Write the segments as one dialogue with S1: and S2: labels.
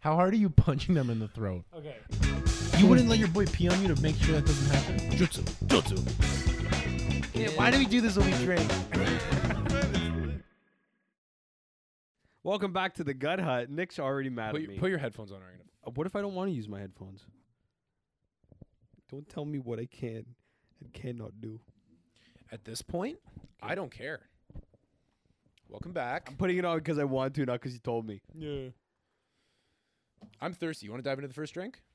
S1: How hard are you punching them in the throat?
S2: Okay.
S1: You wouldn't let your boy pee on you to make sure that doesn't happen? Jutsu. Jutsu. why do we do this when we drink?
S3: Oh Welcome back to the Gut Hut. Nick's already mad
S2: Put,
S3: at me.
S2: your- put your headphones on right now.
S3: Uh, what if I don't want to use my headphones? Don't tell me what I can and cannot do.
S2: At this point, I don't care. Welcome back.
S3: I'm putting it on because I want to, not because you told me.
S2: Yeah. I'm thirsty. You want to dive into the first drink?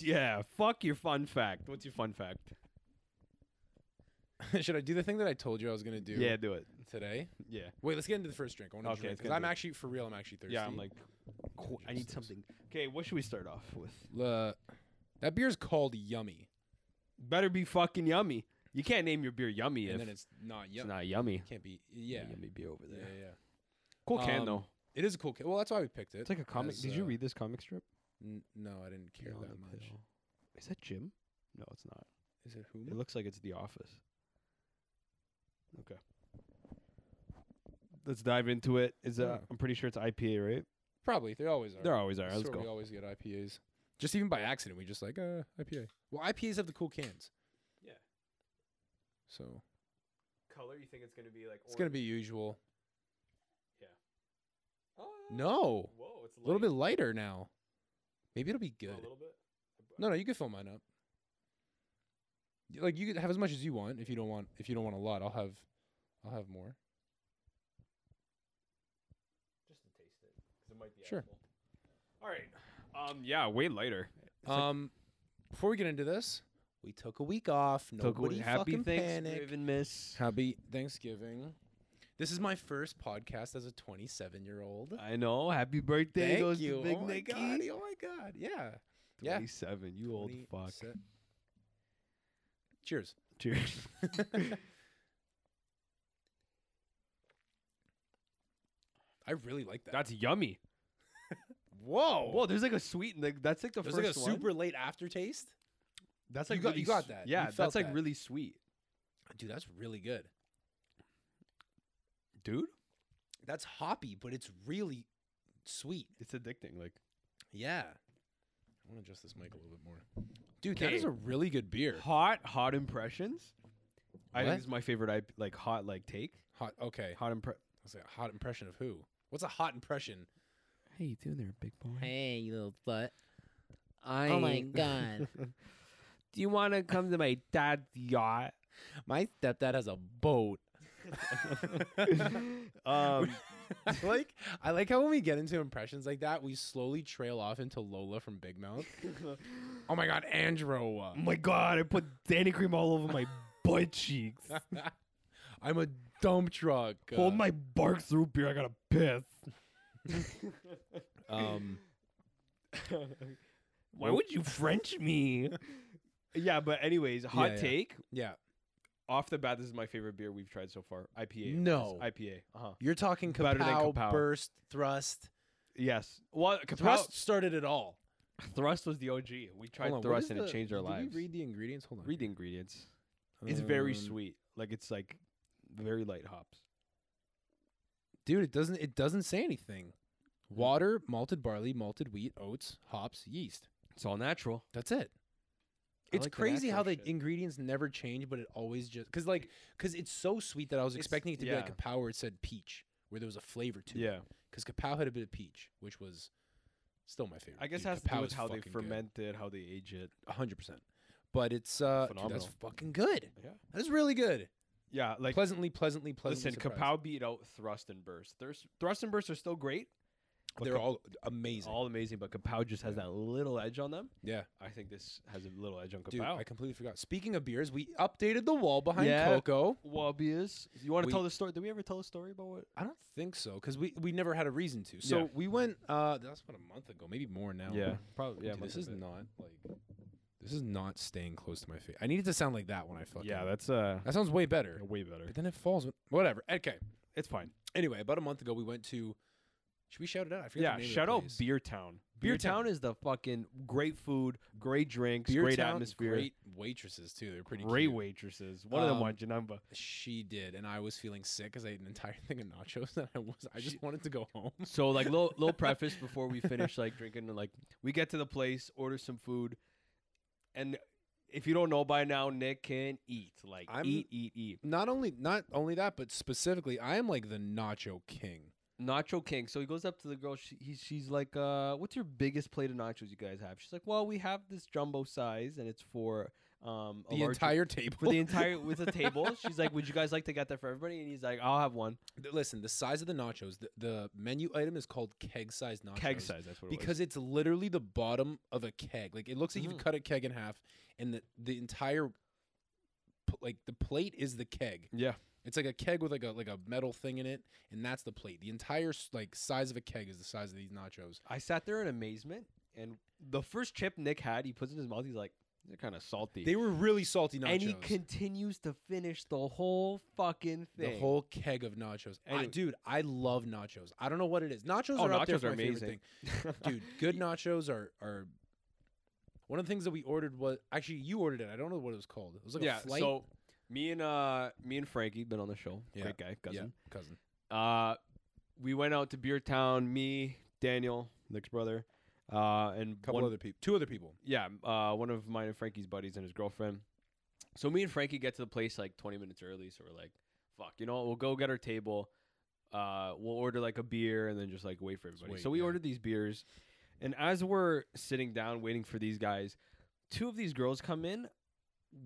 S3: Yeah, fuck your fun fact. What's your fun fact?
S2: Should I do the thing that I told you I was gonna do?
S3: Yeah, do it.
S2: Today.
S3: Yeah.
S2: Wait, let's get into the first drink. I want to
S3: Okay,
S2: drink
S3: let's
S2: because
S3: get
S2: I'm
S3: into it.
S2: actually for real. I'm actually thirsty.
S3: Yeah, I'm like, qu- I need
S2: Thirsty.
S3: something. Okay, what should we start off with?
S2: Le- that beer's called Yummy,
S3: Better be fucking yummy. You can't name your beer yummy
S2: and
S3: if
S2: then
S3: it's,
S2: it's not yummy.
S3: not yummy.
S2: Can't be. Yeah.
S3: Yummy beer over
S2: Yeah,
S3: there.
S2: yeah.
S3: Cool can
S2: Um,
S3: though.
S2: It is a cool. Ca- well, that's why we picked it.
S3: It's like a comic.
S2: as,
S3: Did you
S2: uh,
S3: read this comic strip?
S2: N- no, I didn't care that much.
S3: Is that Jim? No, it's not.
S2: Is it
S3: It
S2: who?
S3: looks like it's The Office. Okay. Let's dive into it. Is uh,
S2: Yeah.
S3: I'm pretty sure it's IPA, right?
S2: Probably. They always are.
S3: There always are.
S2: That's
S3: Let's
S2: where We
S3: go.
S2: always get IPAs. Just even by accident, we just like uh IPA. Well, IPAs have the cool cans.
S3: Yeah.
S2: So
S3: Color? You think it's gonna be like?
S2: it's gonna be usual.
S3: Oh,
S2: No,
S3: Whoa, it's
S2: a little bit lighter now. Maybe it'll be good.
S3: bit.
S2: No, no, you could fill mine up. Y- Like you could have as much as you want. If you don't want, if you don't want a lot, I'll have, I'll have more.
S3: Just to taste it, because it might be.
S2: Sure.
S3: All right. Um. Yeah. Way later. It's like-
S2: Um, before we get into this, we took a week off. Nobody
S3: happy
S2: fucking panic.
S3: Thanksgiving, miss.
S2: Happy Thanksgiving. This is my first podcast as a 27 year old.
S3: I know. Happy birthday
S2: Thank
S3: goes
S2: you.
S3: to Big
S2: oh
S3: Nicky.
S2: my god. Oh my god. Yeah. Yeah.
S3: Twenty-seven. You old fuck.
S2: 27. Cheers.
S3: Cheers.
S2: I really like that.
S3: That's yummy.
S2: whoa.
S3: Whoa, there's like a sweet. and Like, that's like the
S2: There's like a
S3: first one.
S2: super late aftertaste.
S3: That's
S2: You
S3: like
S2: got-
S3: really
S2: you got
S3: s-
S2: that. You
S3: Yeah,
S2: felt
S3: that's like
S2: that.
S3: really sweet,
S2: Dude, that's really good.
S3: dude.
S2: That's hoppy, but it's really sweet.
S3: It's addicting. Like
S2: Yeah. I want to adjust this mic a little bit more. Dude, that is
S3: Okay.
S2: a really good beer.
S3: hot, hot impressions. I
S2: What?
S3: think it's my favorite. I like hot like take
S2: Hot. Okay.
S3: hot impre.
S2: It's like a hot impression of who? What's a hot impression?
S3: How you doing there, big boy?
S4: Hey, you little butt.
S3: I
S4: Oh my god.
S3: Do you want to come to my dad's yacht?
S2: My stepdad has a boat.
S3: um,
S2: I like I like how when we get into impressions like that, we slowly trail off into Lola from Big Mouth. oh my god, Andro.
S3: my god, I put Danny cream all over my butt cheeks.
S2: I'm a dump truck. Uh,
S3: my bark through beer. I gotta piss.
S2: um
S3: Why would you French me? yeah, but anyways, hot
S2: Yeah, yeah.
S3: take.
S2: yeah.
S3: Off the bat, this is my favorite beer we've tried so far. IPA.
S2: No.
S3: It's IPA. Uh huh.
S2: You're talking
S3: Better than
S2: kapow,
S3: kapow.
S2: burst, thrust.
S3: Yes. Well, Kapow-
S2: Thrust started it all.
S3: Thrust was the OG. We tried Thrust and it changed our lives.
S2: read the ingredients? Hold on.
S3: Read the ingredients. It's very
S2: Um,
S3: sweet. Like it's like very light hops.
S2: Dude, it doesn't it doesn't say anything. Mm. Water, malted barley, malted wheat, oats, hops, yeast.
S3: It's all natural.
S2: That's it.
S3: I like
S2: It's
S3: the
S2: crazy how the
S3: natural shit.
S2: ingredients never change, but it always just because like because it's so sweet that I was
S3: It's-
S2: expecting it to be like
S3: yeah.
S2: a power. It said peach, where there was a flavor to it.
S3: Yeah.
S2: Because Kapow had a bit of peach, which was still my favorite.
S3: I guess
S2: Dude,
S3: it has to
S2: Kapow
S3: do with
S2: is
S3: how they
S2: fucking good.
S3: ferment it, how they age it.
S2: A hundred percent. But it's uh, dude, that's
S3: Phenomenal.
S2: fucking good.
S3: Yeah.
S2: That is really good.
S3: Yeah. Like
S2: pleasantly, pleasantly, pleasantly.
S3: listen,
S2: surprised.
S3: Kapow beat out Thrust and Burst. Thrust, thrust and Burst are still great. but
S2: They're
S3: Kap-
S2: all amazing.
S3: all amazing, but Kapow just has that little edge on them.
S2: yeah,
S3: I think this has a little edge on
S2: dude,
S3: Kapow.
S2: I completely forgot. Speaking of beers, we updated the wall behind
S3: Yeah.
S2: Coco.
S3: Wabias. You want to
S2: We-
S3: tell the story? Did we ever tell a story about what?
S2: I don't think so because we we never had a reason to. So
S3: Yeah.
S2: we went. uh That's what a month ago, maybe more now.
S3: Probably. Yeah.
S2: Dude,
S3: must
S2: this is
S3: have been.
S2: not like. This is not staying close to my face. I need it to sound like that when I fucking.
S3: Yeah. That's uh
S2: that sounds way better.
S3: way better.
S2: But then it falls. with- Whatever. Okay.
S3: It's fine.
S2: Anyway, about a month ago, we went to. Should we shout it out? I forget.
S3: Yeah.
S2: the name of the
S3: Shout out
S2: place.
S3: Beer Town. Beer,
S2: Beer
S3: Town
S2: Town.
S3: is the fucking great food, great drinks,
S2: Beer
S3: great
S2: Town,
S3: atmosphere,
S2: Great waitresses too. They're pretty
S3: great
S2: cute.
S3: waitresses. One of them
S2: Um,
S3: won Janamba.
S2: She did, and I was feeling sick because I ate an entire thing of nachos, and I was I just wanted to go home.
S3: So like little little preface before we finish like drinking and like we get to the place, order some food, and if you don't know by now, Nick can eat like
S2: I'm-
S3: eat eat eat
S2: Not only not only that, but specifically, I am like the nacho king.
S3: nacho king. So he goes up to the girl. She, he, she's like, uh, "What's your biggest plate of nachos you guys have?" She's like, "Well, we have this jumbo size, and it's for um a
S2: The
S3: larger-
S2: entire table.
S3: for the entire with a table." She's like, "Would you guys like to get that for everybody?" And he's like, "I'll have one
S2: Th- Listen, the size of the nachos. The, the menu item is called keg size nachos.
S3: keg size. That's what it was."
S2: because it's literally the bottom of a keg. Like it looks like
S3: Mhm.
S2: you've cut a keg in half, and the the entire p- like the plate is the keg.
S3: yeah,
S2: It's like a keg with like a like a metal thing in it, and that's the plate. The entire s- like size of a keg is the size of these nachos.
S3: I sat there in amazement, and the first chip Nick had, he puts in his mouth. He's like, "They're kind of salty."
S2: They were really salty nachos.
S3: and he continues to finish the whole fucking thing.
S2: the whole keg of nachos. I,
S3: Anyway.
S2: dude, I love nachos. I don't know what it is. Nachos
S3: Oh,
S2: are up there
S3: nachos
S2: for
S3: are
S2: my favorite
S3: amazing.
S2: thing. dude good nachos are are one of the things that we ordered was actually you ordered it i don't know what it was called it was like
S3: yeah.
S2: a flight
S3: So me and uh me and Frankie been on the show.
S2: Yeah,
S3: Great guy,
S2: yeah
S3: cousin.
S2: cousin
S3: Uh, we went out to Beer Town. Me, Daniel, Nick's brother, uh, and
S2: couple
S3: one,
S2: other people two other people
S3: yeah, uh, one of mine and Frankie's buddies and his girlfriend. So me and Frankie get to the place like 20 minutes early. So we're like, "Fuck, you know, what? we'll go get our table. Uh, we'll order like a beer and then just like wait for everybody."
S2: wait,
S3: so we
S2: yeah.
S3: ordered these beers, and as we're sitting down waiting for these guys, two of these girls come in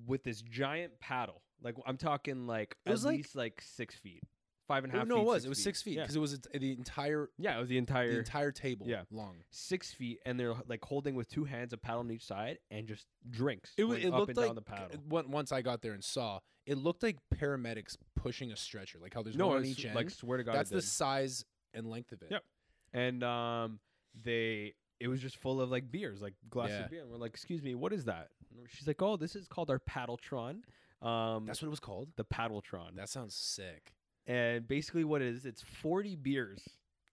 S3: with this giant paddle. Like I'm talking like
S2: It was,
S3: at
S2: like-
S3: least like six feet, five and a
S2: Oh,
S3: half.
S2: no
S3: feet,
S2: it was it was
S3: feet.
S2: six feet
S3: Yeah.
S2: because it was a- the entire
S3: Yeah, it was the entire
S2: the entire table
S3: Yeah.
S2: long
S3: six feet, and they're like holding with two hands a paddle on each side and just drinks.
S2: it, wa-
S3: going
S2: it
S3: up
S2: looked
S3: and
S2: like
S3: down the paddle.
S2: on- once i got there and saw it looked like paramedics pushing a stretcher like how there's
S3: no,
S2: one
S3: I
S2: on
S3: s-
S2: each end
S3: like swear to God, that's
S2: that's the
S3: this.
S2: size and length of it
S3: Yep. And um, they it was just full of like beers, like glasses
S2: Yeah.
S3: of beer, and we're like, "Excuse me, what is that?" And we're- she's like, "Oh, this is called our paddletron." Um,
S2: that's what it was called
S3: the paddletron,
S2: that sounds sick
S3: and basically what it is, it's forty beers.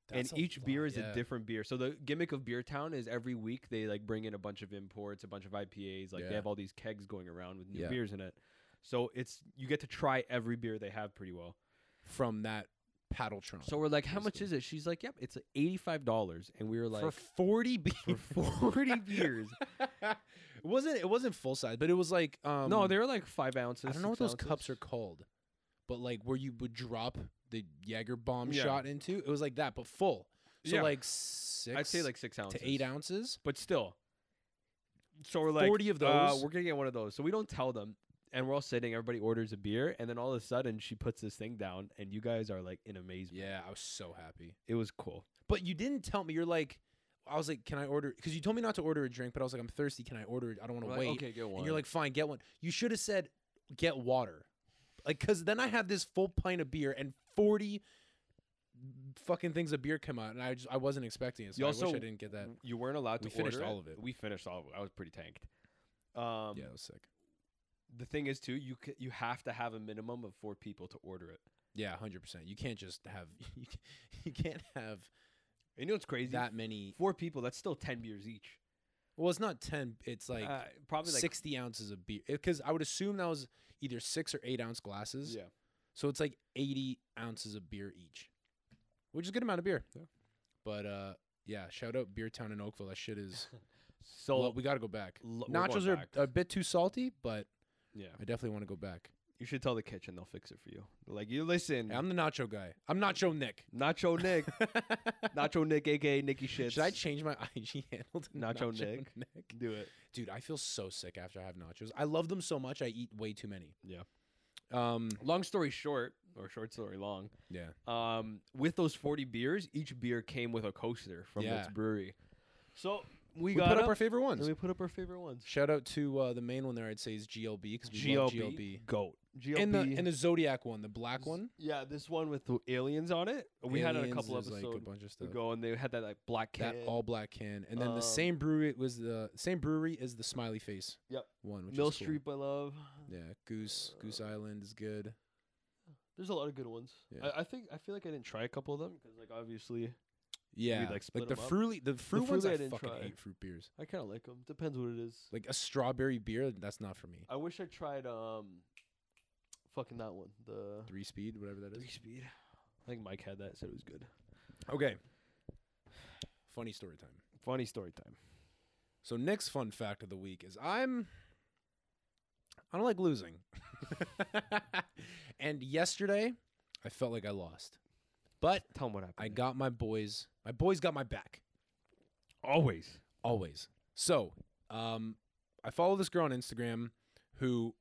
S2: That's a
S3: and each beer
S2: lot,
S3: is
S2: yeah.
S3: a different beer. So the gimmick of Beer Town is every week they like bring in a bunch of imports, a bunch of IPAs. Like they
S2: Yeah.
S3: have all these kegs going around with new
S2: Yeah.
S3: beers in it. So it's you get to try every beer they have pretty well.
S2: from that paddle trunk
S3: So we're like, how much
S2: Basically.
S3: is it? She's like, yep, it's eighty five dollars. And we were like,
S2: for 40 beers
S3: for forty beers.
S2: it wasn't it wasn't full size, but it was like um
S3: no, they were like five ounces.
S2: I don't know what
S3: six
S2: those cups are
S3: ounces.
S2: called, but like where you would drop the Jaeger bomb
S3: Yeah.
S2: shot into, it was like that, but full. So
S3: Yeah.
S2: like six
S3: I'd say like six
S2: to
S3: ounces
S2: eight ounces.
S3: but still. So we're like
S2: 40 of
S3: "Uh,
S2: those?"
S3: we're gonna get one of those. So we don't tell them, and we're all sitting. Everybody orders a beer, and then all of a sudden she puts this thing down, and you guys are like in amazement.
S2: Yeah, I was so happy.
S3: It was cool.
S2: But you didn't tell me. You're like, I was like, can I order? Because you told me not to order a drink, but I was like, I'm thirsty. Can I order it? I don't want to wait.
S3: okay, get one.
S2: And you're like, fine, get one. You should have said, get water. Like, because then I had this full pint of beer and 40 fucking things of beer come out, and I just I wasn't expecting it. So
S3: You
S2: I wish
S3: also-
S2: I didn't get that.
S3: you weren't allowed to.
S2: We finished
S3: order
S2: all of it.
S3: We finished all of it. I was pretty tanked. Um,
S2: yeah, it was sick.
S3: The thing is, too, you c- you have to have a minimum of four people to order it.
S2: Yeah, hundred percent. You can't just have you, ca- you can't have
S3: And you know what's crazy?
S2: that many.
S3: four people. That's still ten beers each.
S2: Well, it's not ten. It's like
S3: Uh, probably like
S2: sixty ounces of beer because I would assume that was either six or eight ounce glasses.
S3: Yeah.
S2: So it's like 80 ounces of beer each, which is a good amount of beer.
S3: Yeah.
S2: But uh, yeah, shout out Beer Town in Oakville. That shit is.
S3: So
S2: well, we got to go back.
S3: l- we're going
S2: Nachos are
S3: back.
S2: a bit too salty, but
S3: yeah.
S2: I definitely want to go back.
S3: You should tell the kitchen; they'll fix it for you. They're like you listen.
S2: Hey, I'm the nacho guy. I'm Nacho Nick.
S3: Nacho Nick. Nacho Nick, aka Nicky Shits.
S2: Should I change my IG handle to
S3: Nacho Nick. do it?
S2: Dude, I feel so sick after I have nachos. I love them so much. I eat way too many.
S3: Yeah.
S2: Um.
S3: Long story short, or short story long,
S2: Yeah.
S3: um, with those 40 beers, each beer came with a coaster from its
S2: Yeah.
S3: brewery. So we,
S2: We,
S3: got
S2: put up,
S3: up,
S2: our favorite
S3: and
S2: ones.
S3: we put up our favorite ones.
S2: Shout out to uh, the main one there. I'd say is GLB because we love GLB.
S3: Goat. GLB.
S2: And the and the Zodiac one, the black one.
S3: yeah, this one with the aliens on it. We had it a
S2: Aliens,
S3: couple
S2: there's,
S3: episodes
S2: like a bunch of stuff.
S3: ago, and they had that like black can.
S2: That all black can, and then the same
S3: Um,
S2: brewery was the same brewery is the Smiley Face.
S3: Yep.
S2: One which
S3: Mill
S2: is cool.
S3: Street, Uh, I love.
S2: Yeah, Goose Goose Island is good.
S3: There's a lot of good ones.
S2: Yeah.
S3: I, I think I feel like I didn't try a couple of them because like obviously
S2: Yeah,
S3: like, split
S2: the
S3: 'em up?
S2: fruity, the fruit ones.
S3: Fruity I
S2: I,
S3: didn't
S2: fucking
S3: try.
S2: hate fruit beers.
S3: I kind of like them. Depends what it is.
S2: Like a strawberry beer, that's not for me.
S3: I wish I tried um, fucking that one. The
S2: Three speed, whatever that is.
S3: speed. I think Mike had that. Said it was good.
S2: Okay. Funny story time.
S3: Funny story time.
S2: So next fun fact of the week is I'm I don't like losing. and yesterday I felt like I lost. But
S3: Tell him what happened.
S2: I got my boys. My boys got my back
S3: always.
S2: always. So, um I follow this girl on Instagram who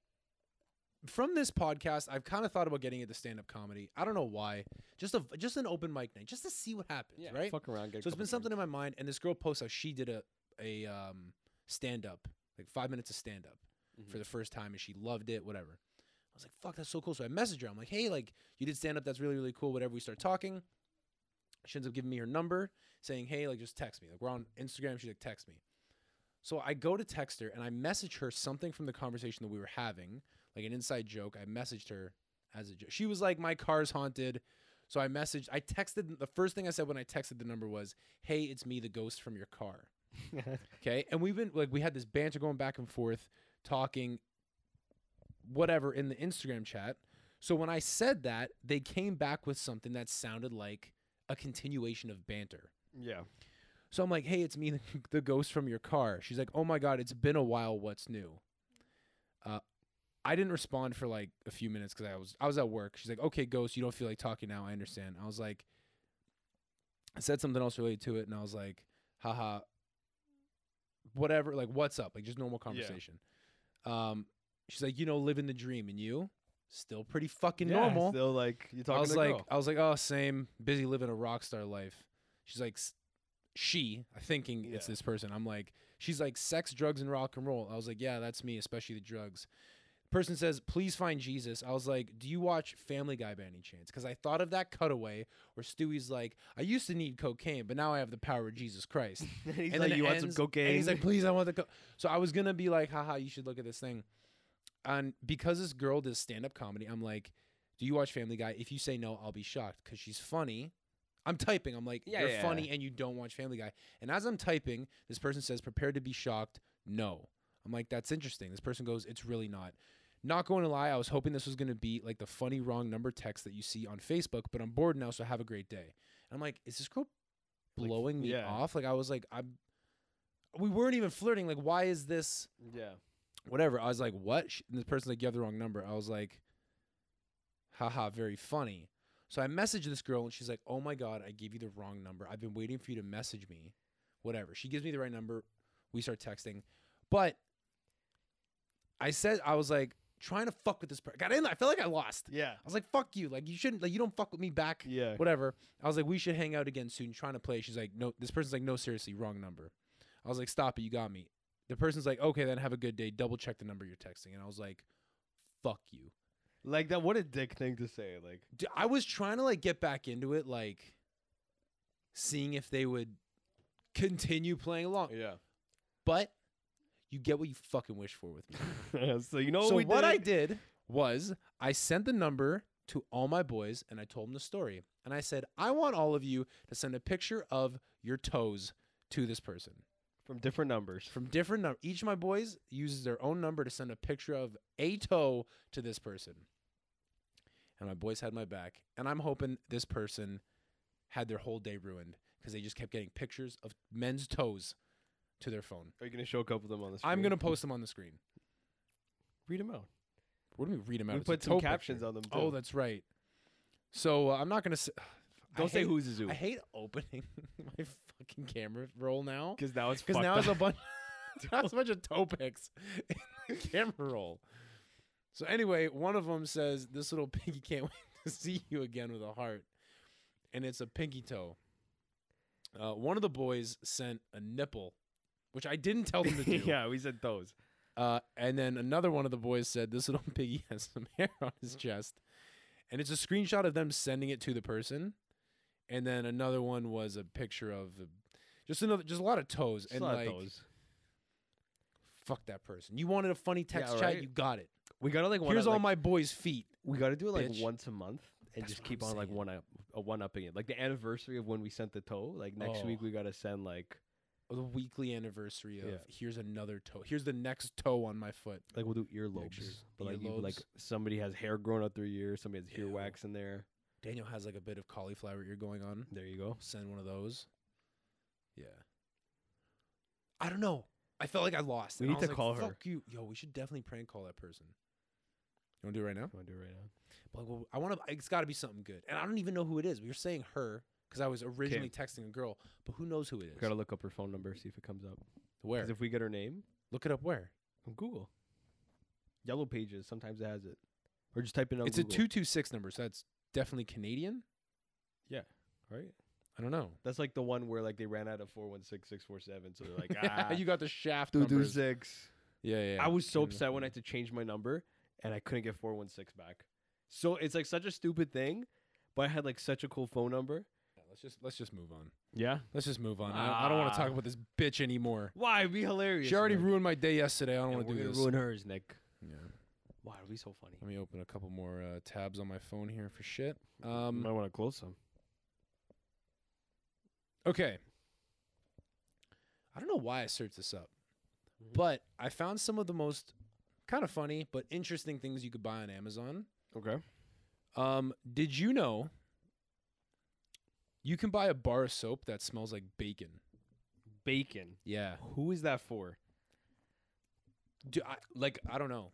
S2: from this podcast I've kind of thought about getting into stand up comedy. I don't know why. Just a just an open mic night just to see what happens,
S3: Yeah.
S2: right?
S3: Fuck around. Get a
S2: So it's
S3: couple
S2: been something
S3: drinks.
S2: in my mind, and this girl posts how she did a a um, stand up, like five minutes of stand up for
S3: Mhm.
S2: the first time, and she loved it. Whatever. I was like, "Fuck, that's so cool." So I messaged her. I'm like, "Hey, like you did stand up. That's really really cool." Whatever. We start talking. She ends up giving me her number, saying, "Hey, like just text me. Like we're on Instagram." She's like, "Text me." So I go to text her and I message her something from the conversation that we were having, like an inside joke. I messaged her as a joke. She was like, "My car's haunted." So I messaged, I texted, the first thing I said when I texted the number was, Hey, it's me, the ghost from your car. okay. And we've been like, we had this banter going back and forth, talking, whatever, in the Instagram chat. So when I said that, they came back with something that sounded like a continuation of banter.
S3: Yeah.
S2: So I'm like, Hey, it's me, the ghost from your car. She's like, Oh my God, it's been a while. What's new? Uh, I didn't respond for like a few minutes because I was I was at work. She's like, "Okay, ghost, you don't feel like talking now. I understand." I was like, I said something else related to it, and I was like, haha, whatever, like, what's up? Like, just normal conversation. Um, she's like, you know, living the dream, and you still pretty fucking normal.
S3: Still like you
S2: I
S3: talking
S2: was
S3: to
S2: like,
S3: girl.
S2: I was like, oh, same, busy living a rock star life. She's like, s- she, thinking it's
S3: Yeah.
S2: this person. I'm like, she's like, sex, drugs, and rock and roll. I was like, yeah, that's me, especially the drugs. Person says, please find Jesus. I was like, do you watch Family Guy by any chance? Because I thought of that cutaway where Stewie's like, I used to need cocaine, but now I have the power of Jesus Christ.
S3: and he's
S2: and
S3: like,
S2: then it
S3: you want
S2: ends,
S3: some cocaine?
S2: And he's like, please, I want the. Co-. So I was gonna be like, haha, you should look at this thing. And because this girl does stand up comedy, I'm like, do you watch Family Guy? If you say no, I'll be shocked because she's funny. I'm typing. I'm like,
S3: Yeah,
S2: you're
S3: yeah,
S2: funny and you don't watch Family Guy. And as I'm typing, this person says, prepared to be shocked. No. I'm like, that's interesting. This person goes, it's really not. Not going to lie, I was hoping this was going to be like the funny wrong number text that you see on Facebook, but I'm bored now, so have a great day. And I'm like, is this girl
S3: Like,
S2: blowing me
S3: yeah.
S2: off? Like I was like, I'm. We weren't even flirting. Like, why is this?
S3: yeah.
S2: Whatever. I was like, what? Sh- And the person's like, you have the wrong number. I was like, haha, very funny. So I messaged this girl and she's like, oh my god, I gave you the wrong number. I've been waiting for you to message me. Whatever. She gives me the right number. We start texting, but I said I was like trying to fuck with this person. Got in. I felt like I lost.
S3: Yeah.
S2: I was like, fuck you. Like you shouldn't. Like you don't fuck with me back
S3: Yeah.
S2: whatever. I was like, we should hang out again soon. Trying to play. She's like, no. This person's like, no, seriously, wrong number. I was like, stop it. You got me. The person's like, okay, then have a good day. Double check the number you're texting. And I was like, fuck you.
S3: Like that. What a dick thing to say. Like.
S2: D- I was trying to like get back into it, like seeing if they would continue playing along.
S3: Yeah.
S2: But you get what you fucking wish for with me.
S3: so you know
S2: so
S3: what we
S2: what
S3: did?
S2: I did was I sent the number to all my boys and I told them the story. And I said, I want all of you to send a picture of your toes to this person
S3: from different numbers.
S2: from different number. Each of my boys uses their own number to send a picture of a toe to this person. And my boys had my back, and I'm hoping this person had their whole day ruined because they just kept getting pictures of men's toes to their phone.
S3: Are you gonna show a couple of them on the screen?
S2: I'm gonna post them on the screen.
S3: read them out.
S2: What do we read them out?
S3: We
S2: It's a
S3: put some
S2: toe
S3: captions
S2: picture.
S3: on them. Too.
S2: Oh, that's right. So uh, I'm not gonna say.
S3: don't
S2: I
S3: say
S2: hate-
S3: who's the zoo
S2: I hate opening my fucking camera roll now
S3: because now it's
S2: because now
S3: fucked
S2: it's a
S3: up.
S2: bunch. now it's a bunch of toe pics in the camera roll. So anyway, one of them says, "This little pinky can't wait to see you again with a heart," and it's a pinky toe. Uh, one of the boys sent a nipple, which I didn't tell them to do.
S3: yeah, we said those.
S2: Uh, and then another one of the boys said, "This little piggy has some hair on his chest," and it's a screenshot of them sending it to the person. And then another one was a picture of the, just another, just a lot of toes
S3: Just
S2: and
S3: not
S2: like,
S3: those.
S2: fuck that person. You wanted a funny text
S3: Yeah,
S2: chat,
S3: right?
S2: you got it.
S3: We gotta like.
S2: Here's
S3: wanna,
S2: all
S3: like-
S2: my boys' feet.
S3: We gotta do it like
S2: bitch.
S3: once a month. and
S2: That's
S3: just
S2: what
S3: keep
S2: I'm
S3: on like
S2: saying.
S3: one up a one upping it. Like the anniversary of when we sent the toe. Like next week
S2: Oh.
S3: we gotta send like
S2: the weekly anniversary of
S3: Yeah.
S2: here's another toe. Here's the next toe on my foot.
S3: like we'll do earlobes.
S2: Pictures.
S3: But like you, like
S2: Earlobes.
S3: somebody has hair grown out their ear, somebody has ear
S2: Ew.
S3: wax in there.
S2: Daniel has like a bit of cauliflower ear going on.
S3: There you go.
S2: Send one of those. Yeah. I don't know. I felt like I lost.
S3: We
S2: and I
S3: need to
S2: was like,
S3: call her.
S2: Fuck you, yo. We should definitely prank call that person. You want to do it right now?
S3: I'm gonna do it right now.
S2: But like, well, I want to. It's got to be something good, and I don't even know who it is. We were saying her because I was originally texting a girl, but who knows who it is?
S3: Gotta look up her phone number, see if it comes up.
S2: where?
S3: Because if we get her name
S2: Look it up. Where?
S3: on Google, Yellow Pages sometimes it has it, or just type in on
S2: it's
S3: Google.
S2: a two two six number, so that's definitely Canadian.
S3: right?
S2: I don't know.
S3: That's like the one where like they ran out of four one six six four seven, so they're like ah
S2: you got the shaft
S3: two two
S2: numbers.
S3: six.
S2: Yeah, yeah.
S3: I was so upset when I had to change my number and I couldn't get four one six back. So it's like such a stupid thing, but I had like such a cool phone number.
S2: let's just let's just move on.
S3: Yeah.
S2: Let's just move on. I, I don't want to talk
S3: Ah.
S2: about this bitch anymore.
S3: Why? It'd be hilarious.
S2: She already
S3: Nick.
S2: ruined my day yesterday. I don't
S3: Yeah,
S2: want to
S3: we're
S2: do
S3: gonna
S2: this.
S3: Ruin hers, Nick.
S2: yeah.
S3: Wow, it'd be so funny.
S2: Let me open a couple more uh, tabs on my phone here for shit.
S3: Um,
S2: Um,
S3: want to close some.
S2: okay. I don't know why I searched this up, but I found some of the most kind of funny but interesting things you could buy on Amazon.
S3: Okay.
S2: Um, did you know you can buy a bar of soap that smells like bacon?
S3: Bacon.
S2: Yeah.
S3: Who is that for?
S2: Do I like I don't know.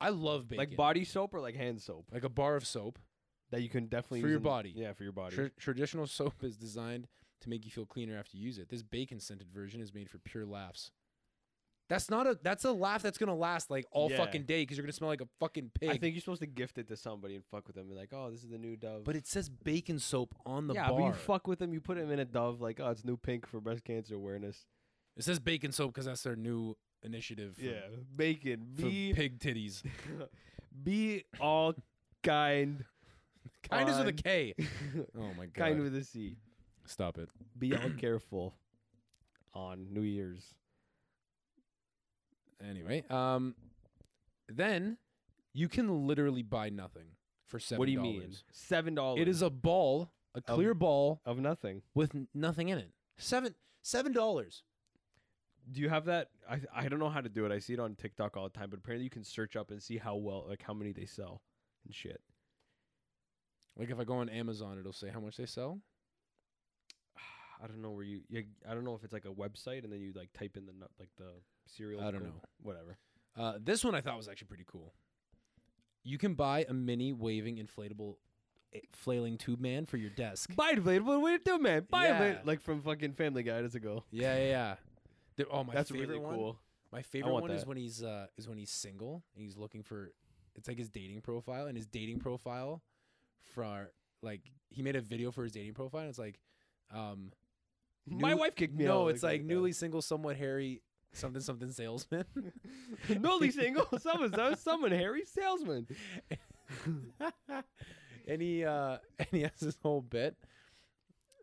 S2: I love bacon.
S3: Like body soap or like hand soap
S2: like a bar of soap.
S3: that you can definitely
S2: For
S3: use
S2: your
S3: in-
S2: body.
S3: Yeah, for your body.
S2: Tra- traditional soap is designed to make you feel cleaner after you use it. This bacon scented version is made for pure laughs. That's not a that's a laugh that's gonna last like all
S3: Yeah.
S2: fucking day because you're gonna smell like a fucking pig.
S3: I think you're supposed to gift it to somebody and fuck with them. Be like, oh, this is the new Dove.
S2: but it says bacon soap on the
S3: yeah,
S2: bar.
S3: but you fuck with them. You put them in a Dove. Like, oh, it's new pink for breast cancer awareness.
S2: it says bacon soap because that's their new initiative. For,
S3: bacon.
S2: for
S3: Be
S2: pig titties.
S3: be all kind.
S2: Kindness with a
S3: on-
S2: K. Oh my god.
S3: kind with a C.
S2: Stop it.
S3: Be all careful on New Year's.
S2: Anyway, um, then you can literally buy nothing for seven.
S3: What do you mean? Seven dollars.
S2: It is a ball, a clear ball
S3: of nothing.
S2: with n- nothing in it. Seven, seven dollars.
S3: Do you have that? I I don't know how to do it. I see it on TikTok all the time, but apparently you can search up and see how well, like how many they sell and shit.
S2: Like if I go on Amazon, it'll say how much they sell.
S3: I don't know where you, you. I don't know if it's like a website and then you like type in the nu- like the cereal.
S2: I don't
S3: code,
S2: know.
S3: Whatever.
S2: Uh, this one I thought was actually pretty cool. You can buy a mini waving inflatable eh, flailing tube man for your desk.
S3: Buy blade. What do you do, man? Buy
S2: Yeah.
S3: blade. Like from fucking Family Guy. Does it go?
S2: Yeah, yeah. yeah. They're- oh, my
S3: That's
S2: favorite
S3: really
S2: one.
S3: cool.
S2: My favorite
S3: want
S2: one is
S3: that.
S2: when he's uh, is when he's single and he's looking for it's like his dating profile and his dating profile for like he made a video for his dating profile and it's like um
S3: My
S2: new-
S3: wife kicked me out.
S2: no it's like
S3: that.
S2: newly single somewhat hairy something something salesman
S3: newly single. Someone, someone, Harry salesman.
S2: and he uh and he has this whole bit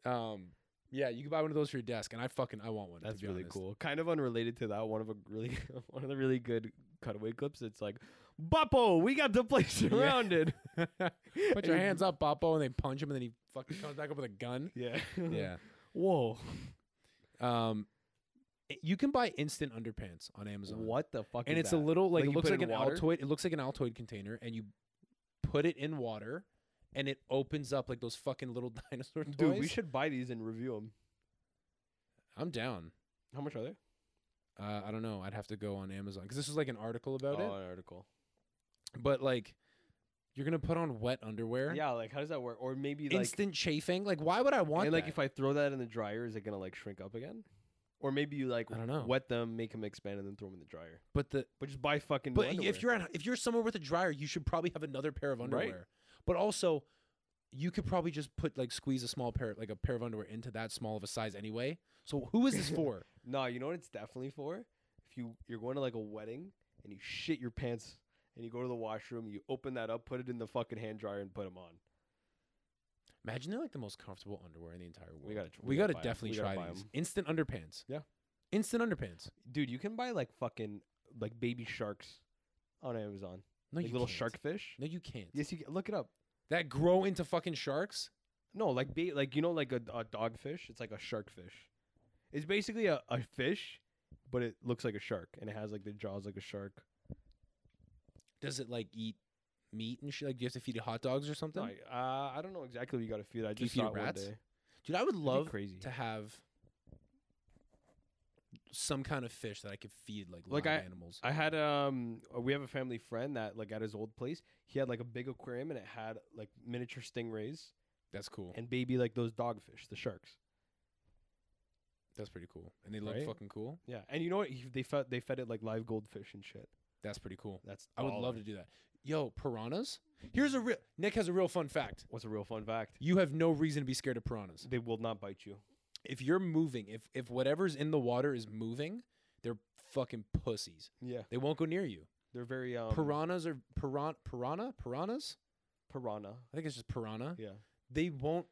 S2: um yeah you can buy one of those for your desk and I fucking I want one to
S3: That's
S2: be
S3: really
S2: honest.
S3: cool. Kind of unrelated to that, one of a really one of the really good cutaway clips. It's like, Boppo, we got the place surrounded.
S2: put your hands up Boppo and they punch him and then he fucking comes back up with a gun
S3: Yeah.
S2: yeah
S3: Whoa.
S2: Um, i- you can buy instant underpants on Amazon.
S3: What the fuck?
S2: And
S3: is
S2: it's a
S3: that?
S2: little like,
S3: Like,
S2: it
S3: you
S2: looks
S3: put
S2: like
S3: it in
S2: an
S3: water?
S2: Altoid. It looks like an Altoid container, and you put it in water, and it opens up like those fucking little dinosaur toys.
S3: dude. We should buy these and review them.
S2: I'm down.
S3: How much are they?
S2: Uh, I don't know. I'd have to go on Amazon because this was like an article about
S3: oh,
S2: it.
S3: an article.
S2: But like, you're gonna put on wet underwear.
S3: Yeah, like how does that work? Or maybe like
S2: Instant chafing. Like, why would I want?
S3: and like
S2: that?
S3: if I throw that in the dryer, is it gonna like shrink up again? Or maybe you like
S2: I don't know.
S3: wet them, make them expand, and then throw them in the dryer.
S2: but the
S3: But just buy fucking.
S2: But
S3: new
S2: if
S3: underwear.
S2: you're at, if you're somewhere with a dryer, you should probably have another pair of
S3: Right.
S2: underwear. But also, you could probably just put like squeeze a small pair like a pair of underwear into that small of a size anyway. So who is this for?
S3: No, you know what it's definitely for? If you you're going to like a wedding and you shit your pants and you go to the washroom, you open that up, put it in the fucking hand dryer and put them on.
S2: Imagine they're like the most comfortable underwear in the entire world.
S3: We gotta tr-
S2: we,
S3: we gotta
S2: gotta,
S3: buy 'em.
S2: definitely
S3: We gotta
S2: try
S3: buy
S2: these
S3: 'em.
S2: instant underpants.
S3: Yeah.
S2: instant underpants.
S3: Dude, you can buy like fucking like baby sharks on Amazon.
S2: No,
S3: like
S2: you
S3: little
S2: can't.
S3: shark fish.
S2: No, you can't.
S3: Yes, you can. Look it up.
S2: that grow into fucking sharks.
S3: No, like be like you know like a, a dogfish. It's like a shark fish. It's basically a, a fish, but it looks like a shark and it has like the jaws like a shark.
S2: Does it like eat meat and shit? Like, do you have to feed it hot dogs or something?
S3: Like, uh, I don't know exactly what you got to feed. I
S2: Can you
S3: just
S2: feed it
S3: saw it one
S2: rats?
S3: day.
S2: Dude, I would
S3: That'd
S2: love
S3: be crazy.
S2: to have some kind of fish that I could feed like,
S3: Like,
S2: live
S3: I-
S2: animals.
S3: I had um uh, we have a family friend that like at his old place he had like a big aquarium and it had like miniature stingrays
S2: That's cool.
S3: and baby like those dogfish the sharks
S2: That's pretty cool. And they look
S3: Right?
S2: fucking cool.
S3: yeah and you know what he, they fed they fed it like live goldfish and shit
S2: That's pretty cool.
S3: that's
S2: I would love to do that. Yo, piranhas? Here's a real Nick has a real fun fact.
S3: what's a real fun fact
S2: You have no reason to be scared of piranhas.
S3: they will not bite you
S2: If you're moving, if if whatever's in the water is moving, they're fucking pussies.
S3: yeah
S2: They won't go near you.
S3: they're very um
S2: piranhas are piran piranha piranhas.
S3: piranha
S2: I think it's just piranha.
S3: yeah
S2: They won't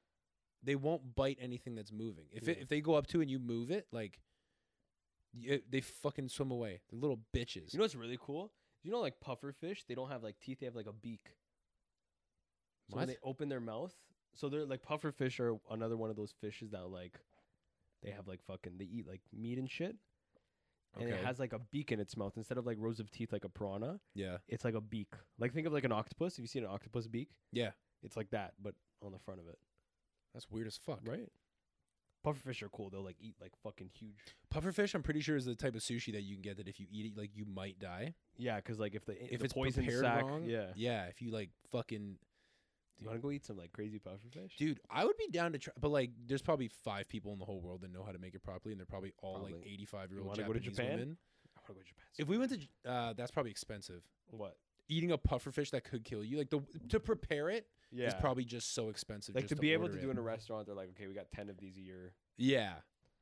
S2: they won't bite anything that's moving. If it,
S3: Yeah.
S2: if they go up to and you move it, like y- they fucking swim away. They're little bitches.
S3: you know what's really cool you know like puffer fish they don't have like teeth they have like a beak So when
S2: What?
S3: they open their mouth, so they're like puffer fish are another one of those fishes that like they have like fucking they eat like meat and shit. And
S2: Okay.
S3: it has like a beak in its mouth instead of like rows of teeth like a piranha.
S2: yeah.
S3: It's like a beak. Like think of like an octopus. Have you seen an octopus beak?
S2: Yeah.
S3: It's like that, but on the front of it,
S2: That's weird as fuck.
S3: right? Pufferfish are cool. They'll like eat like fucking huge.
S2: Pufferfish, I'm pretty sure is the type of sushi that you can get that if you eat it, like you might die.
S3: Yeah, because like if the
S2: If
S3: the
S2: it's
S3: poison
S2: prepared
S3: sac,
S2: wrong,
S3: yeah.
S2: yeah. If you like fucking,
S3: Do you want to go eat some like crazy pufferfish?
S2: dude, I would be down to try. But like, there's probably five people in the whole world that know how to make it properly, and they're probably all like
S3: Probably.
S2: 85 year
S3: You
S2: old
S3: wanna go to
S2: Japanese
S3: Japan?
S2: women.
S3: I want to go to Japan. so
S2: If we went
S3: bad.
S2: to, J- uh, that's probably expensive.
S3: what?
S2: Eating a pufferfish that could kill you, like the to prepare it, is
S3: Yeah,
S2: probably just so expensive.
S3: like to
S2: just
S3: be able
S2: order
S3: to do in a restaurant. They're like, okay, we got ten of these a year.
S2: Yeah.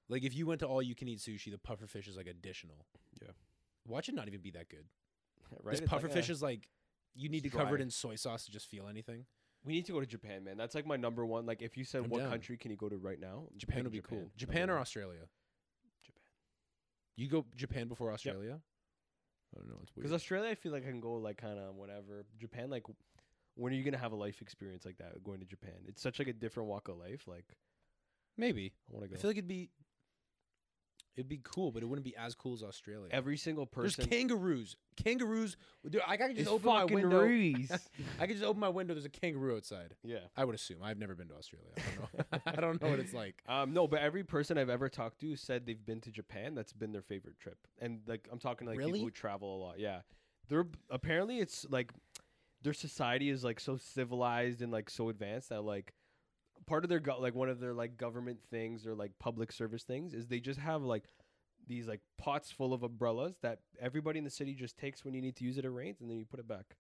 S2: Like if you went to all you can eat sushi, the pufferfish is like additional.
S3: Yeah.
S2: Watch it not even be that good.
S3: right?
S2: This
S3: It's like,
S2: pufferfish
S3: eh.
S2: is like you need to
S3: It's
S2: cover it
S3: dry.
S2: in soy sauce to just feel anything.
S3: We need to go to Japan, man. That's like my number one. Like, if you said
S2: I'm
S3: what
S2: down.
S3: country can you go to right now,
S2: Japan
S3: pick
S2: would be cool.
S3: number
S2: Japan or
S3: one.
S2: Australia?
S3: Japan.
S2: You go Japan before Australia? I don't know. It's
S3: Because
S2: weird.
S3: Australia, I feel like I can go like kind of whenever. Japan, like, when are you gonna have a life experience like that going to Japan? It's such like a different walk of life. Like,
S2: Maybe.
S3: I want to
S2: I
S3: go.
S2: feel like it'd be it'd be cool, but it wouldn't be as cool as Australia.
S3: Every single
S2: There's
S3: person
S2: kangaroos. Kangaroos. Dude, I could
S3: is
S2: just open my window.
S3: Reese.
S2: I could just open my window. There's a kangaroo outside.
S3: yeah.
S2: I would assume. I've never been to Australia. I don't know. I don't know what it's like.
S3: Um, no, but every person I've ever talked to said they've been to Japan. That's been their favorite trip, and like I'm talking to like
S2: Really?
S3: people who travel a lot. Yeah, they're apparently it's like their society is like so civilized and like so advanced that like part of their go- like one of their like government things or like public service things is they just have like these like pots full of umbrellas that everybody in the city just takes when you need to use it. It rains, and then you put it back.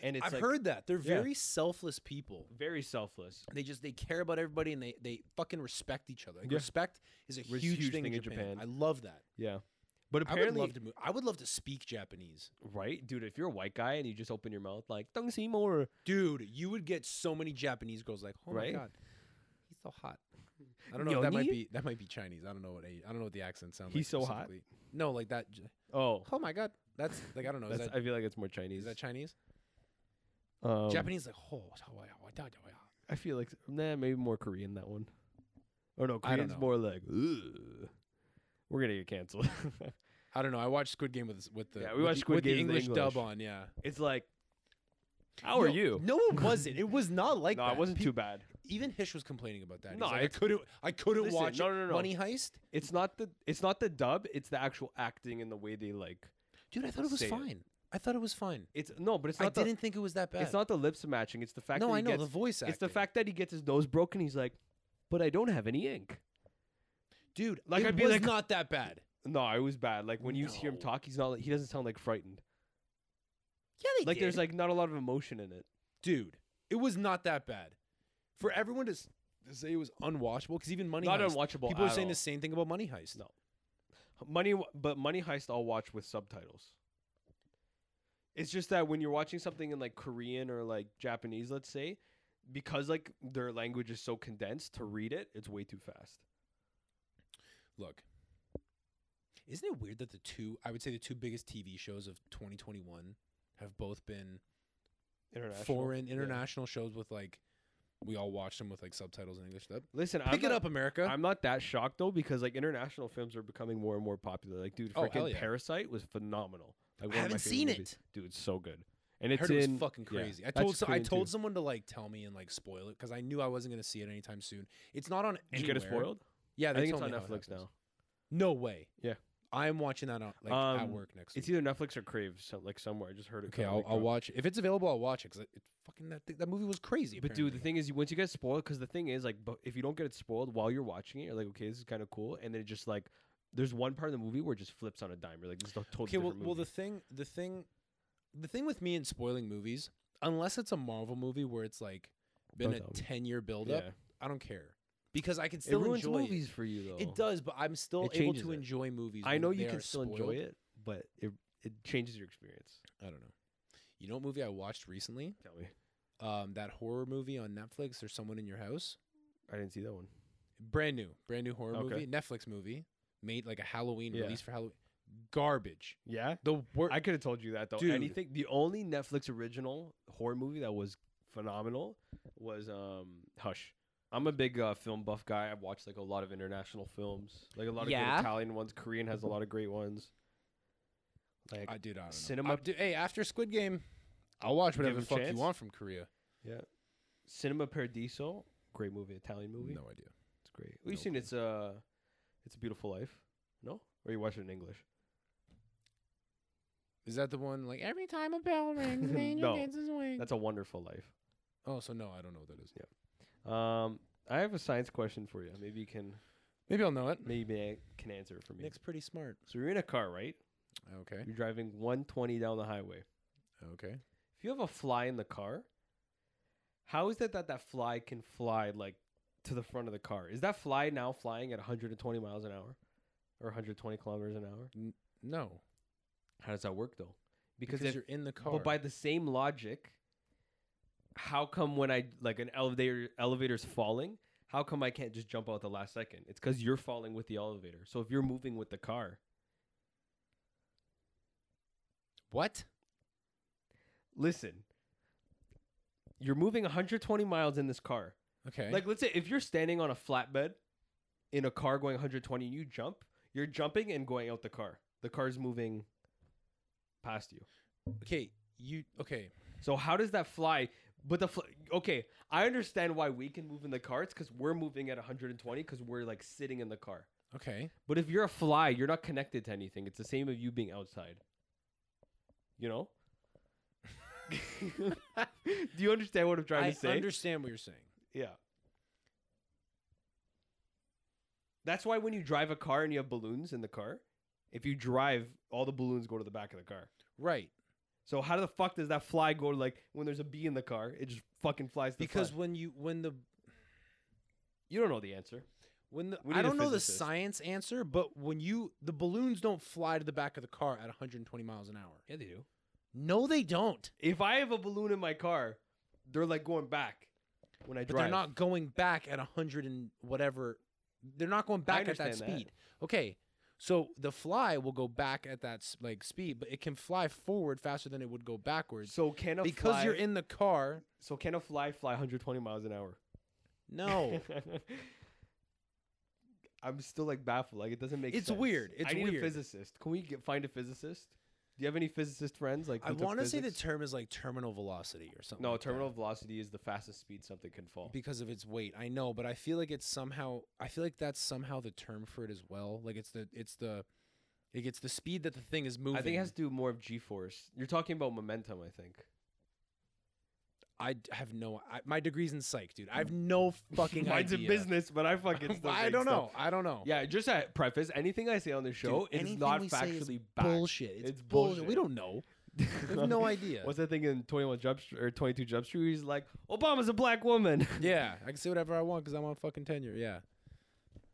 S3: And it's
S2: I've
S3: like,
S2: heard that they're
S3: Yeah.
S2: very selfless people.
S3: very selfless.
S2: They just they care about everybody and they they fucking respect each other. Like,
S3: Yeah.
S2: Respect is a
S3: Res-
S2: huge, thing, in Japan. I love that.
S3: Yeah, but
S2: I
S3: apparently
S2: would love to move. I would love to speak Japanese,
S3: Right, dude. If you're a white guy and you just open your mouth like "Don't see more,"
S2: dude. You would get so many Japanese girls like, oh
S3: Right?
S2: my god, he's so hot. I don't know. if That might
S3: Yoni?
S2: be that might be Chinese. I don't know what a- I don't know what the accent sounds.
S3: He's
S2: like
S3: so hot?
S2: specifically. No, like that. j-
S3: oh,
S2: Oh my god, that's like I don't know. Is
S3: that's,
S2: that,
S3: I feel like it's more Chinese.
S2: is that Chinese?
S3: um,
S2: Japanese like oh, oh, oh, oh, oh, oh, oh."
S3: I feel like nah, maybe more Korean that one. Or no,
S2: I don't
S3: Korean's
S2: know.
S3: more like Ugh. we're gonna get canceled.
S2: I don't know. I watched Squid Game with with the
S3: Yeah, we
S2: with
S3: watched
S2: the-
S3: Squid
S2: with
S3: Game
S2: the
S3: in the
S2: English dub
S3: English.
S2: on. Yeah.
S3: it's like, how are
S2: Yo,
S3: you?
S2: No, it wasn't. It was not like
S3: no,
S2: that.
S3: it wasn't
S2: Pe-
S3: too bad.
S2: Even Hish was complaining about that. He's
S3: No,
S2: like, I
S3: it's-
S2: couldn't. I couldn't
S3: Listen,
S2: watch.
S3: no,
S2: it.
S3: no, no.
S2: Money Heist,
S3: It's not the it's not the dub. It's the actual acting and the way they like.
S2: dude. I thought it was
S3: Say it.
S2: fine. I thought it was fine.
S3: It's no, but it's
S2: I
S3: not. the,
S2: didn't think it was that bad.
S3: It's not the lips matching. It's the fact.
S2: no,
S3: that he
S2: I know
S3: Gets,
S2: the voice acting.
S3: it's the fact that he gets his nose broken. He's like, but I don't have any ink.
S2: dude.
S3: Like,
S2: it
S3: I'd be
S2: was
S3: like-
S2: not that bad.
S3: No, it was bad. Like when you hear him
S2: No.
S3: talk, he's not. Like, he doesn't sound like frightened.
S2: Yeah, they
S3: Like there's
S2: did.
S3: like not a lot of emotion in it.
S2: dude. It was not that bad. For everyone to, s- to say it was unwatchable, because even Money
S3: not
S2: Heist,
S3: unwatchable.
S2: people are
S3: at
S2: saying
S3: all.
S2: the same thing about Money Heist.
S3: No. Money, but Money Heist, I'll watch with subtitles. It's just that when you're watching something in like Korean or like Japanese, let's say, because like their language is so condensed, to read it, it's way too fast.
S2: Look, isn't it weird that the two, I would say the two biggest TV shows of 2021 have both been
S3: International.
S2: foreign
S3: Yeah.
S2: international shows with like we all watch them with like subtitles in English. That
S3: Listen, I'm
S2: pick it
S3: not,
S2: up, America.
S3: I'm not that shocked though because like international films are becoming more and more popular. Like, dude,
S2: Oh,
S3: freaking
S2: hell yeah.
S3: Parasite was phenomenal. Like, one of my
S2: haven't
S3: favorite
S2: seen
S3: movies. dude. It's so good, and
S2: I
S3: it's
S2: heard it
S3: in
S2: was fucking
S3: yeah,
S2: crazy. I
S3: that's
S2: told so, I
S3: Korean,
S2: told
S3: too.
S2: someone to like tell me and like spoil it because I knew I wasn't gonna see it anytime soon. It's not on.
S3: Did you get it
S2: anywhere.
S3: spoiled?
S2: Yeah,
S3: I
S2: they
S3: think it's
S2: told
S3: on
S2: me how it
S3: Netflix
S2: happens.
S3: now.
S2: No way.
S3: Yeah.
S2: I'm watching that on like at
S3: Um,
S2: work next
S3: It's
S2: week.
S3: either Netflix or Crave, so, like somewhere. I just heard it.
S2: Okay,
S3: kinda,
S2: I'll,
S3: like,
S2: I'll
S3: drop.
S2: watch it. if it's available. I'll watch it because it, it fucking that thing, that movie was crazy.
S3: But dude, the
S2: apparently.
S3: thing is, you- once you get spoiled, because the thing is, like, bu- if you don't get it spoiled while you're watching it, you're like, okay, this is kind of cool, and then it just like, there's one part of the movie where it just flips on a dime. You're like, this is a totally
S2: okay, well,
S3: different
S2: well,
S3: movie.
S2: the thing, the thing, the thing with me and spoiling movies, unless it's a Marvel movie where it's like been a
S3: Build-up.
S2: ten year buildup,
S3: yeah.
S2: I don't care because I can
S3: it
S2: still
S3: ruins
S2: enjoy
S3: movies
S2: it.
S3: for you though.
S2: It does, but I'm still able
S3: changes
S2: to
S3: it.
S2: enjoy movies.
S3: I
S2: when
S3: know
S2: they
S3: you
S2: are
S3: can still
S2: spoiled.
S3: enjoy it, but it it changes your experience.
S2: I don't know. You know what movie I watched recently?
S3: Tell me,
S2: Um, that horror movie on Netflix. There's someone in your house.
S3: I didn't see that one.
S2: Brand new, brand new horror
S3: Okay.
S2: movie, Netflix movie, made like a Halloween
S3: Yeah.
S2: release for Halloween. Garbage.
S3: Yeah,
S2: The worst.
S3: I could have told you that though.
S2: Dude.
S3: Anything. The only Netflix original horror movie that was phenomenal was um Hush. I'm a big uh, film buff guy. I've watched like a lot of international films, like a lot of
S4: Yeah?
S3: good Italian ones. Korean has a lot of great ones. Like
S2: I, dude, I don't know.
S3: cinema-
S2: I- dude, hey, after Squid Game, I'll watch
S3: Give it
S2: whatever the
S3: a
S2: fuck you
S3: chance?
S2: want from Korea.
S3: Cinema Paradiso, great movie, Italian movie.
S2: No idea.
S3: It's great. Well, you've
S2: No
S3: seen
S2: clue.
S3: it's uh it's a beautiful life. No, or you watch it in English.
S2: Is that the one like every time a bell rings, an angel
S3: No.
S2: gets his wings?
S3: That's a wonderful life.
S2: oh, so no, I don't know what that is.
S3: Um, I have a science question for you. Maybe you can
S2: Maybe I'll know it.
S3: maybe I can answer it for me.
S2: Nick's pretty smart.
S3: So you're in a car, right?
S2: Okay.
S3: You're driving 120 down the highway.
S2: Okay.
S3: If you have a fly in the car, how is it that that fly can fly like to the front of the car? Is that fly now flying at 120 miles an hour or 120 kilometers an hour?
S2: No,
S3: How does that work though?
S2: because,
S3: Because, if,
S2: you're in the car.
S3: But by the same logic, how come when I like an elevator elevator's falling, how come I can't just jump out the last second? It's because you're falling with the elevator. So if you're moving with the car,
S2: what?
S3: listen, you're moving 120 miles in this car.
S2: Okay.
S3: Like let's say if you're standing on a flatbed in a car going 120, you jump. You're jumping and going out the car. The car's moving past you.
S2: okay, you okay?
S3: So how does that fly? But the fl- okay, I understand why we can move in the car. It's because we're moving at 120 because we're like sitting in the car.
S2: Okay.
S3: But if you're a fly, you're not connected to anything. It's the same of you being outside. You know. Do you understand what I'm trying
S2: I
S3: to say?
S2: understand what you're saying.
S3: yeah. That's why when you drive a car and you have balloons in the car, if you drive, all the balloons go to the back of the car.
S2: Right.
S3: So how the fuck does that fly go? Like when there's a bee in the car, it just fucking flies. To the
S2: Because
S3: fly.
S2: when you when the
S3: you don't know the answer.
S2: when the
S3: We need
S2: I
S3: a
S2: don't know the
S3: physicist.
S2: science answer, but when you the balloons don't fly to the back of the car at 120 miles an hour.
S3: Yeah, they do.
S2: No, they don't.
S3: If I have a balloon in my car, they're like going back when I
S2: But
S3: drive.
S2: they're not going back at 100 and whatever. They're not going back at that
S3: understand that.
S2: speed. Okay. So the fly will go back at that s- like speed, but it can fly forward faster than it would go backwards
S3: So can a
S2: because
S3: fly,
S2: you're in the car.
S3: So can a fly fly 120 miles an hour?
S2: No.
S3: I'm still like baffled. Like it doesn't make.
S2: It's
S3: sense.
S2: weird. It's
S3: I need
S2: weird.
S3: a physicist. Can we get, find a physicist? Do you have any physicist friends? Like
S2: I
S3: who took
S2: want to say the
S3: physics?
S2: term is like terminal velocity or something.
S3: no
S2: like that.
S3: terminal velocity is the fastest speed something can fall.
S2: because of its weight. I know, but I feel like it's somehow I feel like that's somehow the term for it as well. Like it's the it's the it gets the speed that the thing is moving.
S3: I think it has to do more of G-force. You're talking about momentum. I think.
S2: I d- have no I, my degree's in psych, dude. I have no fucking
S3: Mm. Mine's
S2: idea.
S3: in business, but I fucking. still
S2: I
S3: make
S2: don't
S3: stuff.
S2: know. I don't know.
S3: Yeah, just a preface. Anything I say on the show
S2: Dude,
S3: it is
S2: anything
S3: not
S2: we say is
S3: factually backed.
S2: bullshit. It's,
S3: It's
S2: bullshit. We
S3: bullshit.
S2: don't know. We have no idea.
S3: What's that thing in Twenty One Jump Street or Twenty Two Jump Street? He's like, Obama's a black woman.
S2: yeah, I can say whatever I want because I'm on fucking tenure. Yeah,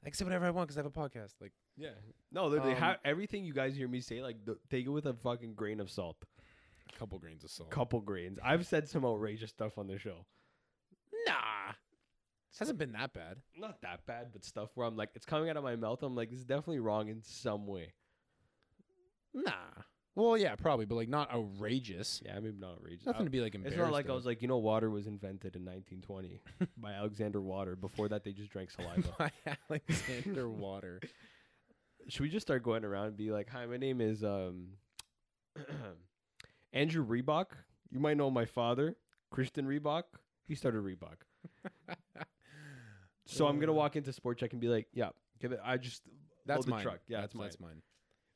S2: I can say whatever I want because I have a podcast. Like,
S3: yeah. No, they, they
S2: Um,
S3: have everything you guys hear me say. Like, th- take it with a fucking grain of salt.
S2: a couple grains of salt.
S3: Couple grains. I've said some outrageous stuff on the show.
S2: nah, hasn't been that bad.
S3: Not that bad, but stuff where I'm like, it's coming out of my mouth. I'm like, this is definitely wrong in some way.
S2: Nah, Well, yeah, probably, but like not outrageous.
S3: Yeah, maybe not outrageous.
S2: Nothing to be like
S3: I-
S2: embarrassed.
S3: it's not like I
S2: of.
S3: was like, you know, water was invented in 1920 by Alexander Water. Before that, they just drank saliva.
S2: by Alexander Water.
S3: Should we just start going around and be like, "Hi, my name is um, Andrew Reebok. You might know my father, Christian Reebok. He started Reebok." so I'm gonna
S2: Uh.
S3: walk into Sport Check and be like, "Yeah, give it. I just
S2: That's
S3: load the
S2: mine.
S3: truck. Yeah,
S2: that's,
S3: that's, mine.
S2: that's mine.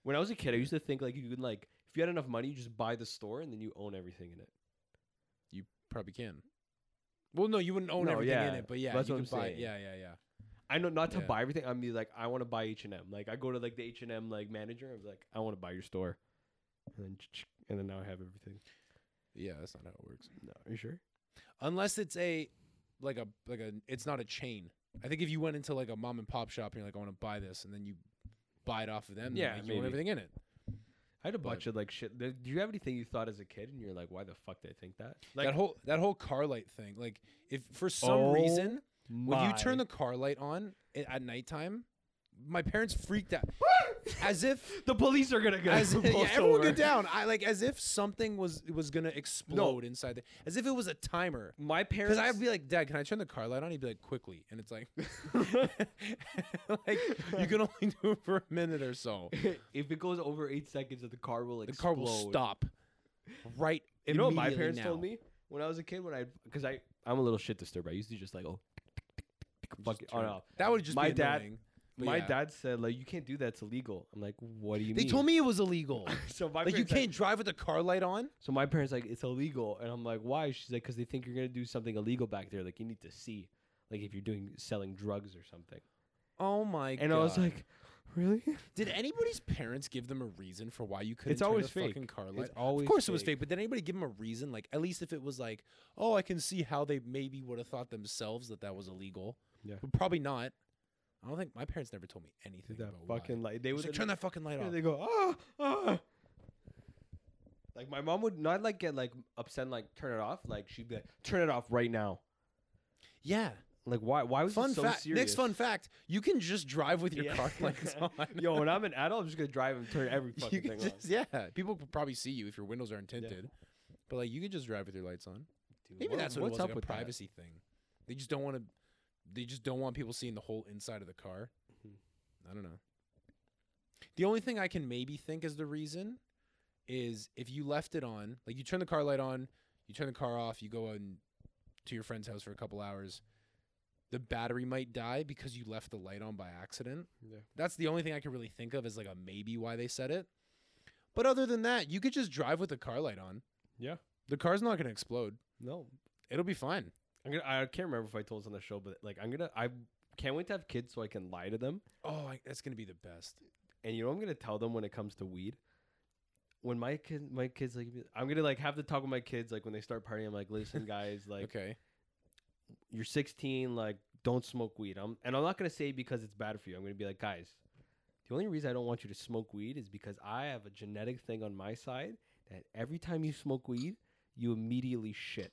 S3: When I was a kid, I used to think like you could like if you had enough money, you just buy the store and then you own everything in it.
S2: You probably can. Well, no, you wouldn't own
S3: No,
S2: everything in
S3: yeah,
S2: it, but yeah,
S3: that's
S2: you
S3: what
S2: could
S3: I'm
S2: buy.
S3: saying.
S2: Yeah, yeah, yeah.
S3: I know not to
S2: Yeah.
S3: buy everything. I'm like, I want to buy H and M. Like I go to like the H and M like manager. I was like, I want to buy your store, and then and then now I have everything.
S2: Yeah, that's not how it works.
S3: No, are you sure?
S2: Unless it's a like a like a it's not a chain. I think if you went into like a mom and pop shop and you're like, I want to buy this, and then you buy it off of them, then,
S3: Yeah,
S2: like, you own
S3: maybe.
S2: everything in it.
S3: I had a
S2: But-
S3: bunch of like shit. Do you have anything you thought as a kid and you're like, why the fuck did I think that? Like Oh,
S2: that whole that whole car light thing. Like if for some reason when you turn the car light on i- at nighttime, my parents freaked out as if
S3: the police are gonna go.
S2: as if,
S3: pull
S2: yeah,
S3: us
S2: everyone
S3: over.
S2: get down. I like as if something was was gonna explode inside there, as if it was a timer.
S3: My parents.
S2: Because I'd be like, Dad, can I turn the car light on? He'd be like, quickly, and it's like, like you can only do it for a minute or so.
S3: if it goes over eight seconds, that the car will
S2: The
S3: explode.
S2: car will stop. Right.
S3: You know what my
S2: immediately
S3: parents
S2: now.
S3: told me when I was a kid when I because I I'm a little shit disturbed. I used to just like oh, fuck it
S2: Just
S3: on
S2: turn-
S3: and off.
S2: That would just
S3: My
S2: be
S3: dad-
S2: annoying, but
S3: My
S2: yeah.
S3: dad said like you can't do that. It's illegal. I'm like, what do you
S2: They
S3: mean?
S2: told me it was illegal.
S3: so my
S2: like you
S3: parents, like-
S2: can't drive with the car light on.
S3: So my parents like it's illegal, and I'm like, why? She's like, because they think you're gonna do something illegal back there. Like you need to see, like if you're doing selling drugs or something.
S2: Oh my
S3: And I was like, really?
S2: Did anybody's parents give them a reason for why you couldn't
S3: It's
S2: turn
S3: always
S2: the
S3: fake.
S2: fucking car light?
S3: It's always
S2: of course it was fake, but did anybody give them a reason? Like at least if it was like, oh, I can see how they maybe would have thought themselves that that was illegal.
S3: Yeah.
S2: but probably not. I don't think my parents never told me anything
S3: That
S2: about
S3: fucking
S2: Why.
S3: light. They
S2: They
S3: would
S2: was like, turn that fucking light
S3: and
S2: off.
S3: They go ah ah. Like my mom would not like get like upset, and, like turn it off. Like she'd be like, turn it off right now.
S2: Yeah.
S3: Like why? Why was
S2: Fun
S3: it so
S2: fact.
S3: serious?
S2: Next fun fact: you can just drive with your
S3: Yeah.
S2: car lights on.
S3: Yo, when I'm an adult, I'm just gonna drive and turn every
S2: you
S3: fucking
S2: can
S3: thing
S2: just,
S3: on.
S2: yeah. People could probably see you if your windows aren't tinted, but like you could just drive with your lights on.
S3: Dude,
S2: Maybe
S3: what-
S2: that's what
S3: what's
S2: it was,
S3: up
S2: like
S3: with
S2: a
S3: that?
S2: privacy thing. They just don't want to. They just don't want people seeing the whole inside of the car.
S3: Mhm.
S2: I don't know. The only thing I can maybe think is the reason is if you left it on, like you turn the car light on, you turn the car off, you go on to your friend's house for a couple hours, the battery might die because you left the light on by accident.
S3: Yeah.
S2: That's the only thing I can really think of as like a maybe why they said it. But other than that, you could just drive with the car light on.
S3: Yeah.
S2: The car's not going to explode.
S3: No,
S2: It'll be fine.
S3: I'm gonna. I can't remember if I told this on the show, but like I'm gonna. I can't wait to have kids so I can lie to them.
S2: Oh, I, that's gonna be the best.
S3: And you know what I'm gonna tell them when it comes to weed. When my kid, my kids like, I'm gonna like have to talk with my kids like when they start partying. I'm like, listen, guys, like
S2: okay.
S3: you're 16, like don't smoke weed. I'm, and I'm not gonna say because it's bad for you. I'm gonna be like, guys, the only reason I don't want you to smoke weed is because I have a genetic thing on my side that every time you smoke weed, you immediately shit.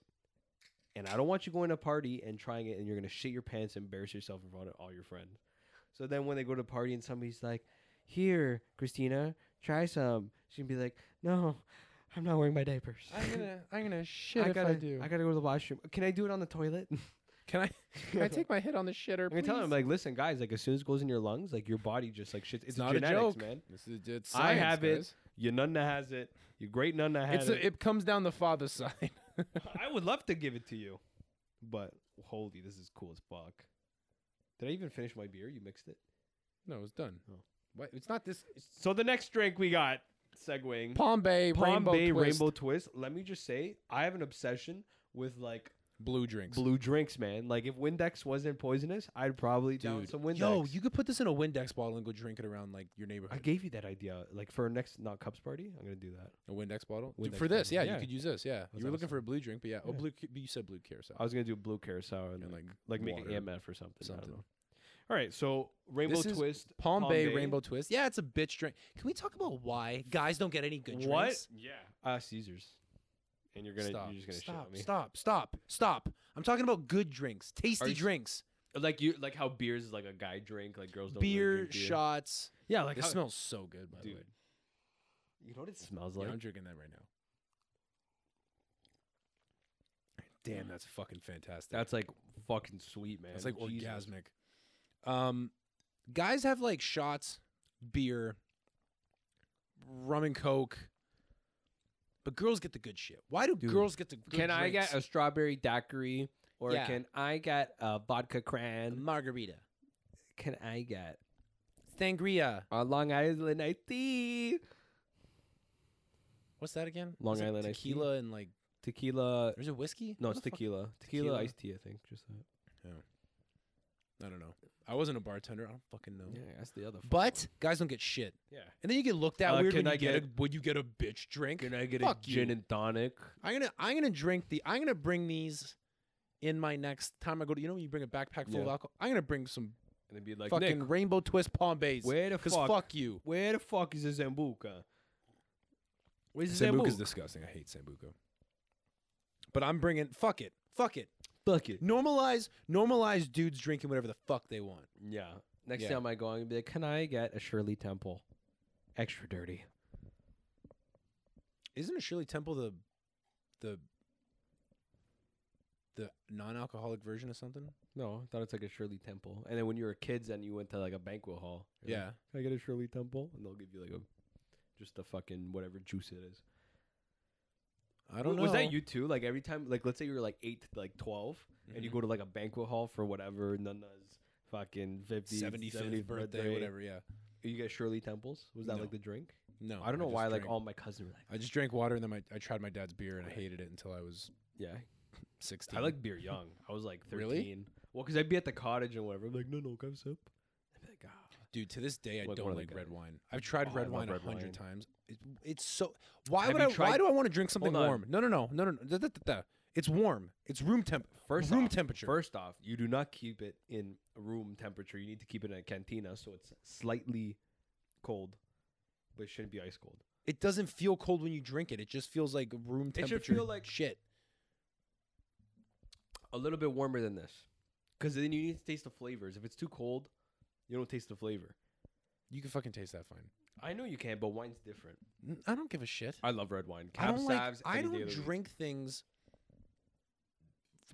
S3: And I don't want you going to a party and trying it, and you're gonna shit your pants, and embarrass yourself in front of all your friends. So then when they go to a party and somebody's like, "Here, Christina, try some," she can be like, "No, I'm not wearing my diapers.
S2: I'm gonna shit
S3: I gotta I gotta go to the washroom. Can I do it on the toilet?"
S2: can I? Can I take my hit on the shitter?
S3: I'm gonna tell him like, listen, guys, like as soon as it goes in your lungs, like your body just like shits. It's,
S2: not a
S3: genetics,
S2: joke.
S3: man.
S2: it's
S3: I
S2: science,
S3: have it.
S2: guys.
S3: Your nunna has it. Your great nunna has
S2: It's
S3: it.
S2: a, it comes down the father side.
S3: I would love to give it to you, but holy, this is cool as fuck. Did I even finish my beer? You mixed it.
S2: no, it's done.
S3: Oh.
S2: What? It's not this. It's
S3: So the next drink we got, segueing,
S2: Palm Bay
S3: Palm
S2: Rainbow
S3: Bay
S2: Twist.
S3: Rainbow Twist. Let me just say, I have an obsession with like
S2: blue drinks.
S3: blue drinks, man. Like if Windex wasn't poisonous, I'd probably down some Windex.
S2: yo, you could put this in a Windex bottle and go drink it around like your neighborhood.
S3: I gave you that idea. Like for our next not cups party, I'm gonna do that.
S2: a Windex bottle Dude,
S3: Windex
S2: for this.
S3: bottle.
S2: Yeah,
S3: Yeah.
S2: you could use this. Yeah, you were looking
S3: awesome.
S2: for a blue drink, but yeah, oh
S3: Yeah.
S2: blue. ca- But you said blue carousel.
S3: I was gonna do blue carousel and,
S2: And,
S3: like
S2: like,
S3: like make
S2: water.
S3: an AMF or something. I don't
S2: Something.
S3: know. All right, so Rainbow
S2: This is
S3: Twist,
S2: Palm, Bay, Rainbow Twist. Yeah, it's a bitch drink. Can we talk about why guys don't get any good
S3: what?
S2: drinks?
S3: Yeah, uh, Caesars. And you're gonna
S2: stop,
S3: you're just gonna
S2: stop,
S3: shit on me.
S2: stop, stop, stop. I'm talking about good drinks, tasty
S3: you-
S2: drinks,
S3: Like you like how beers is like a guy drink, like girls don't really
S2: beer,
S3: drink beer.
S2: shots.
S3: Yeah, like
S2: this
S3: how,
S2: smells so good, by the
S3: dude.
S2: way.
S3: You know what it smells
S2: Yeah,
S3: like?
S2: I'm drinking that right now. Damn, that's fucking fantastic.
S3: That's like fucking sweet, man.
S2: It's like
S3: Jesus.
S2: orgasmic. Um, guys have like shots, beer, rum and coke, but girls get the good shit. Why do
S3: Dude,
S2: girls get the good
S3: Can I get a
S2: drinks?
S3: strawberry daiquiri? Or
S4: Yeah.
S3: can I get a vodka
S4: A
S3: cran?
S4: margarita.
S3: Can I get
S2: sangria?
S3: a Long Island iced tea?
S2: What's that again?
S3: Long
S2: Is it
S3: Island iced tea?
S2: tequila and like
S3: Tequila.
S2: there's a whiskey.
S3: No,
S2: What
S3: it's
S2: the fuck?
S3: tequila. tequila.
S2: Tequila.
S3: iced tea, I think. Just that.
S2: I don't know. I wasn't a bartender. I don't fucking know.
S3: Yeah, that's the other. fucking
S2: But guys don't get shit,
S3: one.
S2: and then you get looked at
S3: Uh,
S2: weird
S3: can
S2: when you
S3: I
S2: get,
S3: get-
S2: a, when you get a bitch drink.
S3: Can I get
S2: Fuck
S3: a
S2: you.
S3: gin and tonic?
S2: I'm gonna I'm gonna drink the I'm gonna bring these in my next time I go to you know when you bring a backpack full of
S3: Yeah.
S2: alcohol I'm gonna bring some
S3: And it'd be like,
S2: fucking
S3: Nick,
S2: rainbow twist palm base
S3: where the
S2: because
S3: fuck,
S2: fuck. you
S3: Where the fuck is the Zambuca? Where's the
S2: Sambuca's
S3: Zambuca?
S2: disgusting I hate Sambuca but I'm bringing fuck it fuck it
S3: Fuck it.
S2: normalize normalize dudes drinking whatever the fuck they want
S3: Yeah. Next
S2: Yeah.
S3: time I go, I'm gonna be like, can I get a Shirley Temple? Extra dirty.
S2: isn't a Shirley Temple the the the non-alcoholic version of something
S3: No, I thought it's like a Shirley Temple. And then when you were kids and you went to like a banquet hall, you're like,
S2: yeah
S3: can I get a Shirley Temple? And they'll give you like a just the fucking whatever juice it is.
S2: I don't know
S3: Was that you too? Like every time, like let's say you were like eight to like 12 and you
S2: Mhm.
S3: go to like a banquet hall for whatever Nana's fucking 50th,
S2: 75th
S3: 70th
S2: birthday whatever yeah
S3: You get Shirley Temples? Was that
S2: No.
S3: like the drink?
S2: no
S3: I don't know
S2: just
S3: why.
S2: drank.
S3: Like all my cousins were like,
S2: I just drank water and then my, I tried my dad's beer and I hated it until I was
S3: yeah,
S2: 16.
S3: I like beer young. I was like 13.
S2: Really?
S3: Well, because I'd be at the cottage and whatever. I'm like, no, no, can I have a sip? I'd be like, ah.
S2: dude to this day I
S3: Like one
S2: don't
S3: of the
S2: like red
S3: guys.
S2: wine. I've tried
S3: Oh, I
S2: red
S3: love
S2: wine a
S3: red
S2: hundred
S3: wine.
S2: times. It, it's so why
S3: Have
S2: would
S3: you
S2: I why
S3: tried-
S2: do I want to drink something
S3: Hold on.
S2: warm? No, no, no, no, no, no. da- da- da- da. It's warm. It's room temp.
S3: First
S2: room
S3: off-
S2: temperature.
S3: First off, you do not keep it in room temperature. You need to keep it in a cantina so it's slightly cold, but it shouldn't be ice cold.
S2: It doesn't feel cold when you drink it. It just feels like room
S3: should
S2: temperature.
S3: feel like-
S2: shit.
S3: A little bit warmer than this, because then you need to taste the flavors. If it's too cold, you don't taste the flavor.
S2: You can fucking taste that fine.
S3: I know you can, but wine's different.
S2: N- I don't give a shit.
S3: I love red wine.
S2: I
S3: Cab
S2: don't like
S3: Savs
S2: I
S3: any day
S2: don't
S3: of the week.
S2: drink things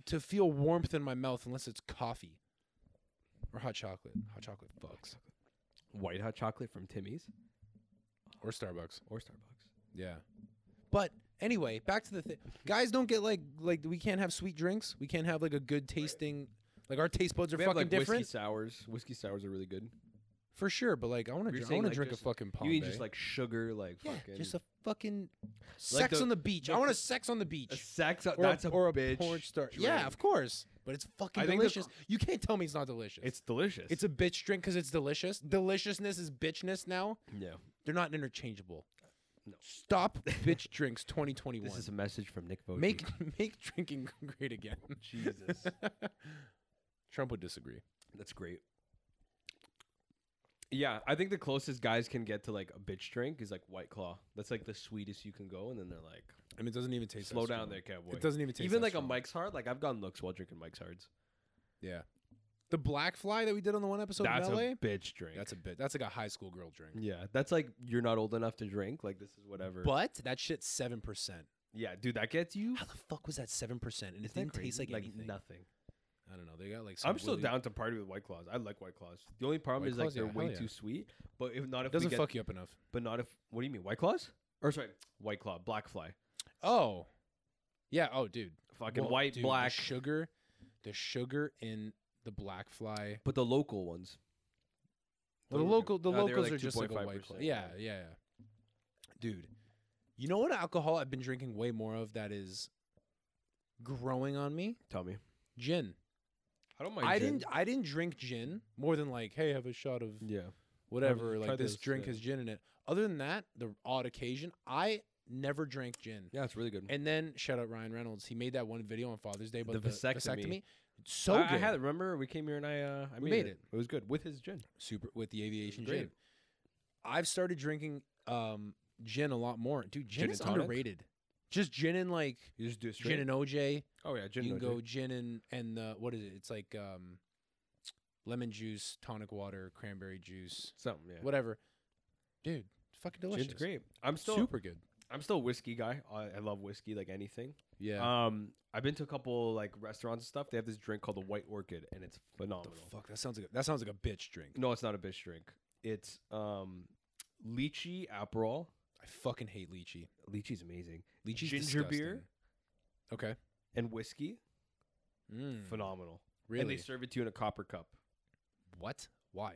S2: to feel warmth in my mouth unless it's coffee or hot chocolate. Hot chocolate fucks.
S3: white hot chocolate from Timmy's
S2: or Starbucks.
S3: or Starbucks.
S2: Yeah. But anyway, back to the thing. Guys don't get like like we can't have sweet drinks. We can't have like a good tasting like our taste buds are
S3: we
S2: fucking
S3: have like
S2: different
S3: whiskey sours. Whiskey sours are really good.
S2: for sure. But like I want
S3: You're
S2: to I
S3: saying,
S2: want to
S3: like,
S2: drink
S3: just-
S2: a fucking Palm
S3: you need
S2: Bay.
S3: just like sugar, like
S2: yeah,
S3: fucking
S2: just a fucking sex
S3: the-
S2: on the beach. I
S3: like
S2: want a
S3: the-
S2: sex on the
S3: A
S2: beach.
S3: sex.
S2: Or
S3: that's a,
S2: or
S3: bitch.
S2: porn star.
S3: drink.
S2: Yeah, of course. But it's fucking
S3: I think the-
S2: delicious. you can't tell me it's not delicious.
S3: It's delicious.
S2: it's a bitch drink because it's delicious. Deliciousness is bitchness now.
S3: yeah.
S2: They're not interchangeable.
S3: No.
S2: Stop bitch drinks 2021.
S3: This is a message from Nick Vogt.
S2: Make make drinking great again.
S3: Jesus.
S2: Trump would disagree.
S3: that's great. Yeah, I think the closest guys can get to like a bitch drink is like White Claw. That's like the sweetest you can go, and then they're like,
S2: I mean, it doesn't even taste.
S3: "Slow
S2: that
S3: down
S2: strong.
S3: there, cowboy."
S2: It doesn't even taste
S3: Even
S2: that
S3: like a
S2: strong.
S3: Mike's Hard, like I've gotten looks while drinking Mike's Hards.
S2: Yeah, the black fly that we did on the one episode
S3: that's
S2: in LA.
S3: a bitch drink.
S2: that's a bit. That's like a high school girl drink.
S3: yeah. That's like you're not old enough to drink. Like this is whatever.
S2: But that shit's seven percent.
S3: yeah, dude, that gets you.
S2: How the fuck was that seven percent? And it
S3: Isn't that
S2: didn't taste like,
S3: crazy?
S2: anything.
S3: nothing.
S2: I don't know. They got like.
S3: I'm still
S2: Willy-
S3: down to party with White Claws. I like White Claws. The only problem
S2: White
S3: is
S2: Claws,
S3: like they're
S2: yeah, hell
S3: way
S2: yeah.
S3: too sweet. But if not, if we
S2: It doesn't
S3: get,
S2: fuck you up enough.
S3: But not if. What do you mean, White Claws? Or sorry, White Claw, Black Fly,
S2: Oh, yeah. Oh, dude.
S3: fucking
S2: Well,
S3: white,
S2: dude, the
S3: black.
S2: sugar. The sugar in the black fly.
S3: but the local ones.
S2: The
S3: Those were good.
S2: local, the
S3: Uh, they were
S2: locals
S3: like
S2: are just like a
S3: 2.5%,
S2: white claw. Yeah, yeah, yeah. Dude, you know what alcohol I've been drinking way more of that is growing on me?
S3: Tell me.
S2: Gin.
S3: I don't mind.
S2: I
S3: gin.
S2: didn't. I didn't drink gin more than like, hey, have a shot of
S3: Yeah.
S2: whatever.
S3: try
S2: Like this
S3: this,
S2: drink
S3: yeah.
S2: has gin in it. Other than that, the odd occasion, I never drank gin.
S3: Yeah, it's really good.
S2: And then shout out Ryan Reynolds. He made that one video on Father's Day, but
S3: The
S2: the,
S3: vasectomy.
S2: vasectomy. So
S3: I,
S2: good.
S3: I had. it. Remember, we came here and I. Uh, I
S2: We
S3: made,
S2: made
S3: it. It was good with his gin.
S2: super with the aviation
S3: Great.
S2: gin. I've started drinking um gin a lot more. Dude, gin,
S3: Gin
S2: is
S3: and tonic?
S2: underrated. Just gin and like
S3: You just do it
S2: gin and OJ.
S3: oh yeah, gin.
S2: you
S3: and
S2: can
S3: OJ.
S2: go gin and and uh, what is it? It's like um lemon juice, tonic water, cranberry juice,
S3: something. Yeah.
S2: whatever. Dude, fucking delicious.
S3: Gin's great. I'm still
S2: Super good.
S3: I'm still a whiskey guy. I, I love whiskey like anything.
S2: Yeah.
S3: Um, I've been to a couple like restaurants and stuff. They have this drink called the White Orchid, and it's
S2: the
S3: phenomenal.
S2: fuck that sounds like a, that sounds like a bitch drink.
S3: No, it's not a bitch drink. It's um, lychee aperol.
S2: I fucking hate lychee.
S3: Lychee's amazing,
S2: Lychee's
S3: Ginger
S2: disgusting.
S3: beer?
S2: Okay.
S3: and whiskey,
S2: Mm,
S3: phenomenal.
S2: really?
S3: And they serve it to you in a copper cup.
S2: what? Why?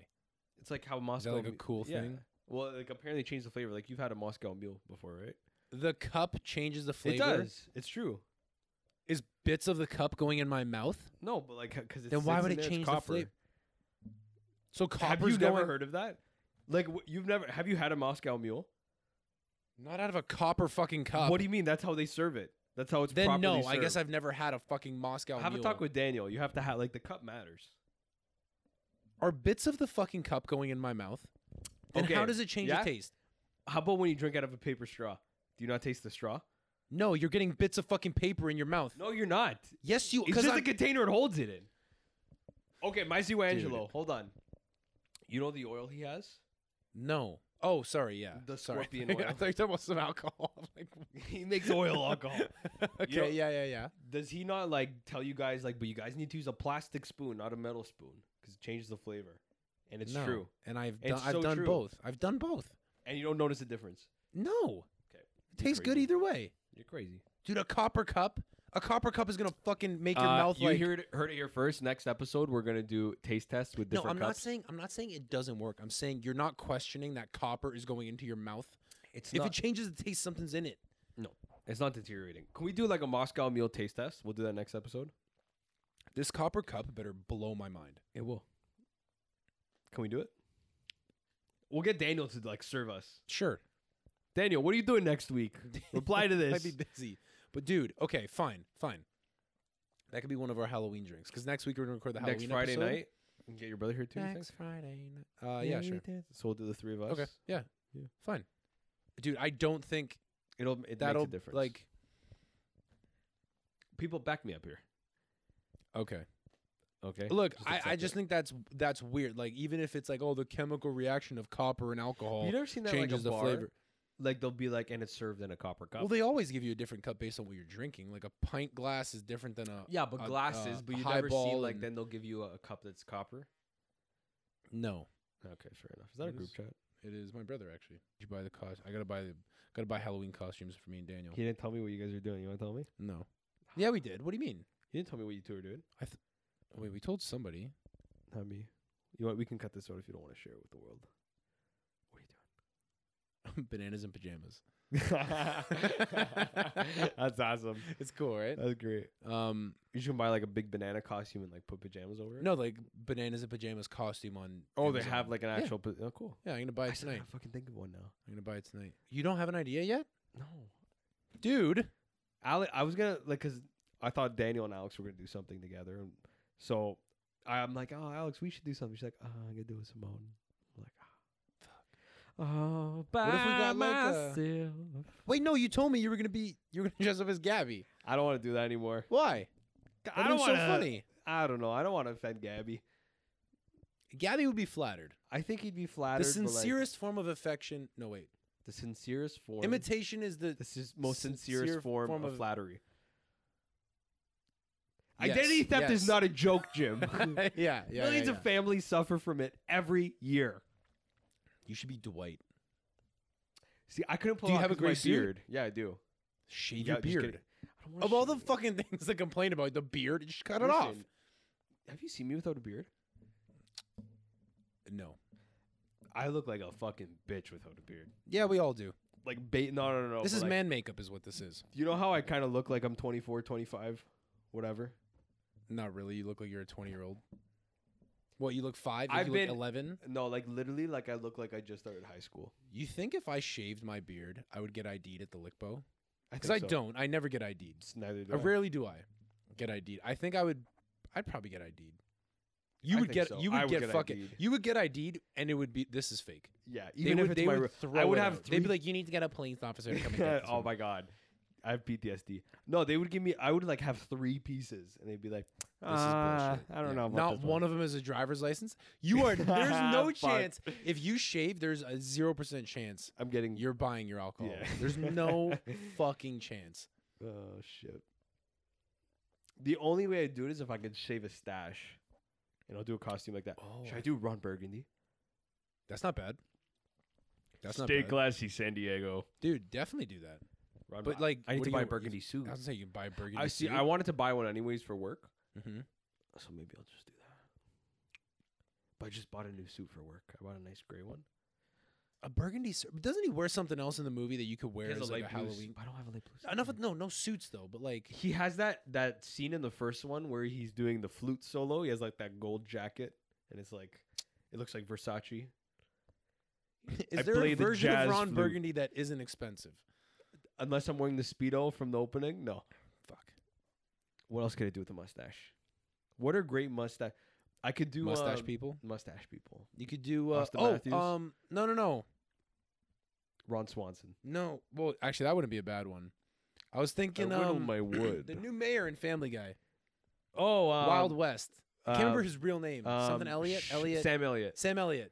S3: It's like how Moscow.
S2: like, a
S3: me-
S2: cool
S3: Yeah.
S2: thing?
S3: Well, like apparently changed the flavor. Like you've had a Moscow mule before, right?
S2: The cup changes the flavor.
S3: It does. It's true.
S2: Is bits of the cup going in my mouth?
S3: No, but like because
S2: Then why would it change the
S3: copper.
S2: flavor? So
S3: Have
S2: copper's
S3: you never
S2: going
S3: heard of that? Like wh- you've never have you had a Moscow mule?
S2: not out of a copper fucking cup.
S3: What do you mean? That's how they serve it. That's how it's
S2: then
S3: properly
S2: no, I
S3: served.
S2: guess I've never had a fucking Moscow.
S3: have
S2: mule.
S3: a talk with Daniel. You have to have like the cup matters.
S2: Are bits of the fucking cup going in my mouth? Then how
S3: Okay,
S2: does it change
S3: yeah?
S2: the taste?
S3: How about when you drink out of a paper straw? Do you not taste the straw?
S2: No, you're getting bits of fucking paper in your mouth.
S3: No, you're not.
S2: Yes, you.
S3: It's
S2: Because
S3: just the container it holds it in. Okay, my Zio Angelo. Hold on. You know the oil he has?
S2: no. Oh, sorry. Yeah.
S3: The
S2: sorry.
S3: scorpion
S2: I thought
S3: oil.
S2: you were talking about some alcohol. I'm like,
S3: he makes oil alcohol.
S2: okay.
S3: know-
S2: yeah. Yeah. Yeah.
S3: Does he not like tell you guys like, but you guys need to use a plastic spoon, not a metal spoon, because it changes the flavor, and it's
S2: No,
S3: true,
S2: And I've
S3: It's
S2: done. I've
S3: so
S2: done
S3: true.
S2: both. I've done both.
S3: and you don't notice the difference.
S2: No.
S3: Okay,
S2: It tastes good
S3: crazy.
S2: either way,
S3: You're crazy.
S2: dude. A copper cup. A copper cup is gonna fucking make your mouth
S3: Uh, you
S2: like.
S3: heard, heard it here first. Next episode, we're gonna do taste tests with
S2: no,
S3: different
S2: I'm not
S3: cups.
S2: saying. I'm not saying it doesn't work. I'm saying you're not questioning that copper is going into your mouth.
S3: it's
S2: if
S3: not.
S2: it changes the taste, something's in it.
S3: it's not deteriorating. Can we do like a Moscow meal taste test? We'll do that next episode.
S2: This copper cup better blow my mind.
S3: It will. Can we do it? We'll get Daniel to like serve us.
S2: Sure.
S3: Daniel, what are you doing next week? Reply to
S2: Might
S3: this.
S2: be busy. But dude, okay, fine, fine. That could be one of our Halloween drinks because next week we're gonna record the
S3: next
S2: Halloween
S3: Friday
S2: episode.
S3: night. And get your brother here too. you think?
S2: Next Friday night. Uh, yeah, sure.
S3: So we'll do the three of us.
S2: Okay, yeah,
S3: Yeah.
S2: fine. Dude, I don't think
S3: It'll it
S2: that'll
S3: makes a difference.
S2: like.
S3: people back me up here.
S2: Okay.
S3: Okay.
S2: Look, I, I
S3: accept
S2: just
S3: it.
S2: think that's that's weird. Like, even if it's like, oh, the chemical reaction of copper and alcohol
S3: you never seen that like a
S2: changes the
S3: bar?
S2: flavor.
S3: Like they'll be like, and it's served in a copper cup.
S2: Well, they always give you a different cup based on what you're drinking. Like a pint glass is different than a
S3: yeah, but
S2: uh,
S3: glasses.
S2: uh,
S3: but you never see
S2: highball
S3: like
S2: and-
S3: then they'll give you a, a cup that's copper.
S2: no.
S3: Okay, fair enough. Is that a
S2: It
S3: group
S2: is.
S3: chat?
S2: It is my brother actually. Did you buy the cost? I gotta buy the gotta buy Halloween costumes for me and Daniel.
S3: He didn't tell me what you guys are doing. You want to tell me?
S2: No. Yeah, we did. What do you mean?
S3: He didn't tell me what you two are doing.
S2: Wait, we told somebody.
S3: Not me. You want? We can cut this out if you don't want to share it with the world. What are you doing?
S2: Bananas and pajamas.
S3: That's awesome.
S2: It's cool, right?
S3: That's great.
S2: Um,
S3: You should buy like a big banana costume and like put pajamas over it.
S2: no, like bananas and pajamas costume on.
S3: Oh, they
S2: Amazon.
S3: have like an
S2: Yeah.
S3: actual. pa- oh, cool.
S2: Yeah, I'm gonna buy
S3: I
S2: it
S3: still
S2: tonight.
S3: gotta fucking think of one now.
S2: I'm gonna buy it tonight. You don't have an idea yet,
S3: No,
S2: dude?
S3: Alex. I was gonna like because I thought Daniel and Alex were gonna do something together, and so I'm like, oh, Alex, we should do something. She's like, oh, I'm gonna do it with Simone. I'm like, ah, fuck. Oh, by
S2: if we got, like, a-
S3: myself.
S2: Wait, no, you told me you were gonna be you were gonna dress up as Gabby.
S3: I don't want to do that anymore. I
S2: Why? That
S3: don't
S2: was
S3: want
S2: so funny.
S3: I don't know. I don't want to offend Gabby.
S2: Gabby would be flattered.
S3: I think he'd be flattered.
S2: the
S3: but, like,
S2: sincerest form of affection. No, wait.
S3: the sincerest form.
S2: Imitation is the
S3: the sis- most
S2: sincere
S3: sincerest form,
S2: form
S3: of,
S2: of-
S3: flattery.
S2: Yes,
S3: Identity theft
S2: yes.
S3: is not a joke, Jim.
S2: yeah, yeah.
S3: Millions
S2: yeah, yeah.
S3: of families suffer from it every year.
S2: You should be Dwight.
S3: See, I couldn't pull
S2: Do you
S3: out
S2: have a
S3: 'cause my
S2: gray suit?
S3: beard. Yeah, I do.
S2: Shave
S3: Yeah,
S2: your
S3: just kidding.
S2: beard.
S3: I don't wanna
S2: Of all the
S3: shave it.
S2: fucking things to complain about, the beard, just cut it off.
S3: Listen, Have you seen me without a beard?
S2: No.
S3: I look like a fucking bitch without a beard.
S2: Yeah, we all do.
S3: Like bait. No, no, no. no,
S2: this
S3: but,
S2: is
S3: like,
S2: man makeup, is what this is.
S3: You know how I kind of look like I'm 24, 25, whatever.
S2: Not really. You look like you're a 20 year old. What, you look five?
S3: I've
S2: you
S3: been-
S2: look 11?
S3: No, like literally, like I look like I just started high school.
S2: You think if I shaved my beard, I would get ID'd at the Lickbo?
S3: I
S2: Because I,
S3: think so.
S2: don't. I never get ID'd.
S3: It's Neither do
S2: I
S3: I.
S2: rarely do I get ID'd. I think I would, I'd probably get ID'd. You
S3: I
S2: would
S3: think
S2: get,
S3: so.
S2: you
S3: I
S2: would
S3: would
S2: get,
S3: get
S2: fucking,
S3: ID'd.
S2: you would get ID'd and it would be, this is fake.
S3: Yeah,
S2: they would, they would
S3: ru-
S2: throw
S3: I would
S2: it
S3: have.
S2: out.
S3: Three,
S2: They'd be like, you need to get a police officer to come and get this
S3: oh
S2: one."
S3: my god, I have PTSD. No, they would give me. I would like have three pieces, and they'd be like,
S2: This is
S3: "Ah,
S2: bullshit."
S3: I don't
S2: Yeah.
S3: know. About
S2: Not
S3: this
S2: one. of them is a driver's license. You are. There's no
S3: Fuck.
S2: chance. If you shave, there's a zero percent chance
S3: I'm getting.
S2: you're buying your alcohol.
S3: Yeah.
S2: There's no fucking chance.
S3: oh shit. The only way I do it is if I could shave a stash, and I'll do a costume like that.
S2: Oh.
S3: Should I do Ron Burgundy?
S2: That's not bad. That's not bad.
S3: classy, San Diego.
S2: Dude, definitely do that.
S3: Ron
S2: But,
S3: Bur-
S2: like,
S3: I need
S2: what
S3: to
S2: do
S3: buy a
S2: you-
S3: Burgundy suit.
S2: I was gonna say you can buy a burgundy.
S3: I see. I wanted to buy one anyways for work,
S2: hmm
S3: so maybe I'll just do that. But I just bought a new suit for work. I bought a nice gray one.
S2: A burgundy. sur- but Doesn't he wear something else in the movie that you could wear
S3: He has
S2: as like a
S3: light blue s-
S2: Halloween?
S3: I don't have a light blue. suit.
S2: Enough with no, no suits though. But like,
S3: He has that that scene in the first one where he's doing the flute solo. He has like that gold jacket, and it's like it looks like Versace.
S2: is
S3: I
S2: there
S3: play
S2: a
S3: the
S2: version
S3: jazz
S2: of Ron
S3: flute.
S2: Burgundy that isn't expensive?
S3: Unless I'm wearing the speedo from the opening, no.
S2: Fuck.
S3: What else could I do with a mustache? What are great mustache? I could do
S2: Mustache
S3: uh,
S2: people.
S3: Mustache people.
S2: You could do. Uh,
S3: Austin
S2: oh,
S3: Matthews?
S2: um, no, no, no,
S3: Ron Swanson.
S2: no. Well, actually, that wouldn't be a bad one. I was thinking.
S3: I wouldn't,
S2: um,
S3: I would.
S2: the new mayor in Family Guy,
S3: Oh, um,
S2: Wild West. I
S3: uh,
S2: can't remember his real name.
S3: um,
S2: Something Elliot.
S3: sh-
S2: Elliot. um, Sam,
S3: Sam Elliott.
S2: Elliot.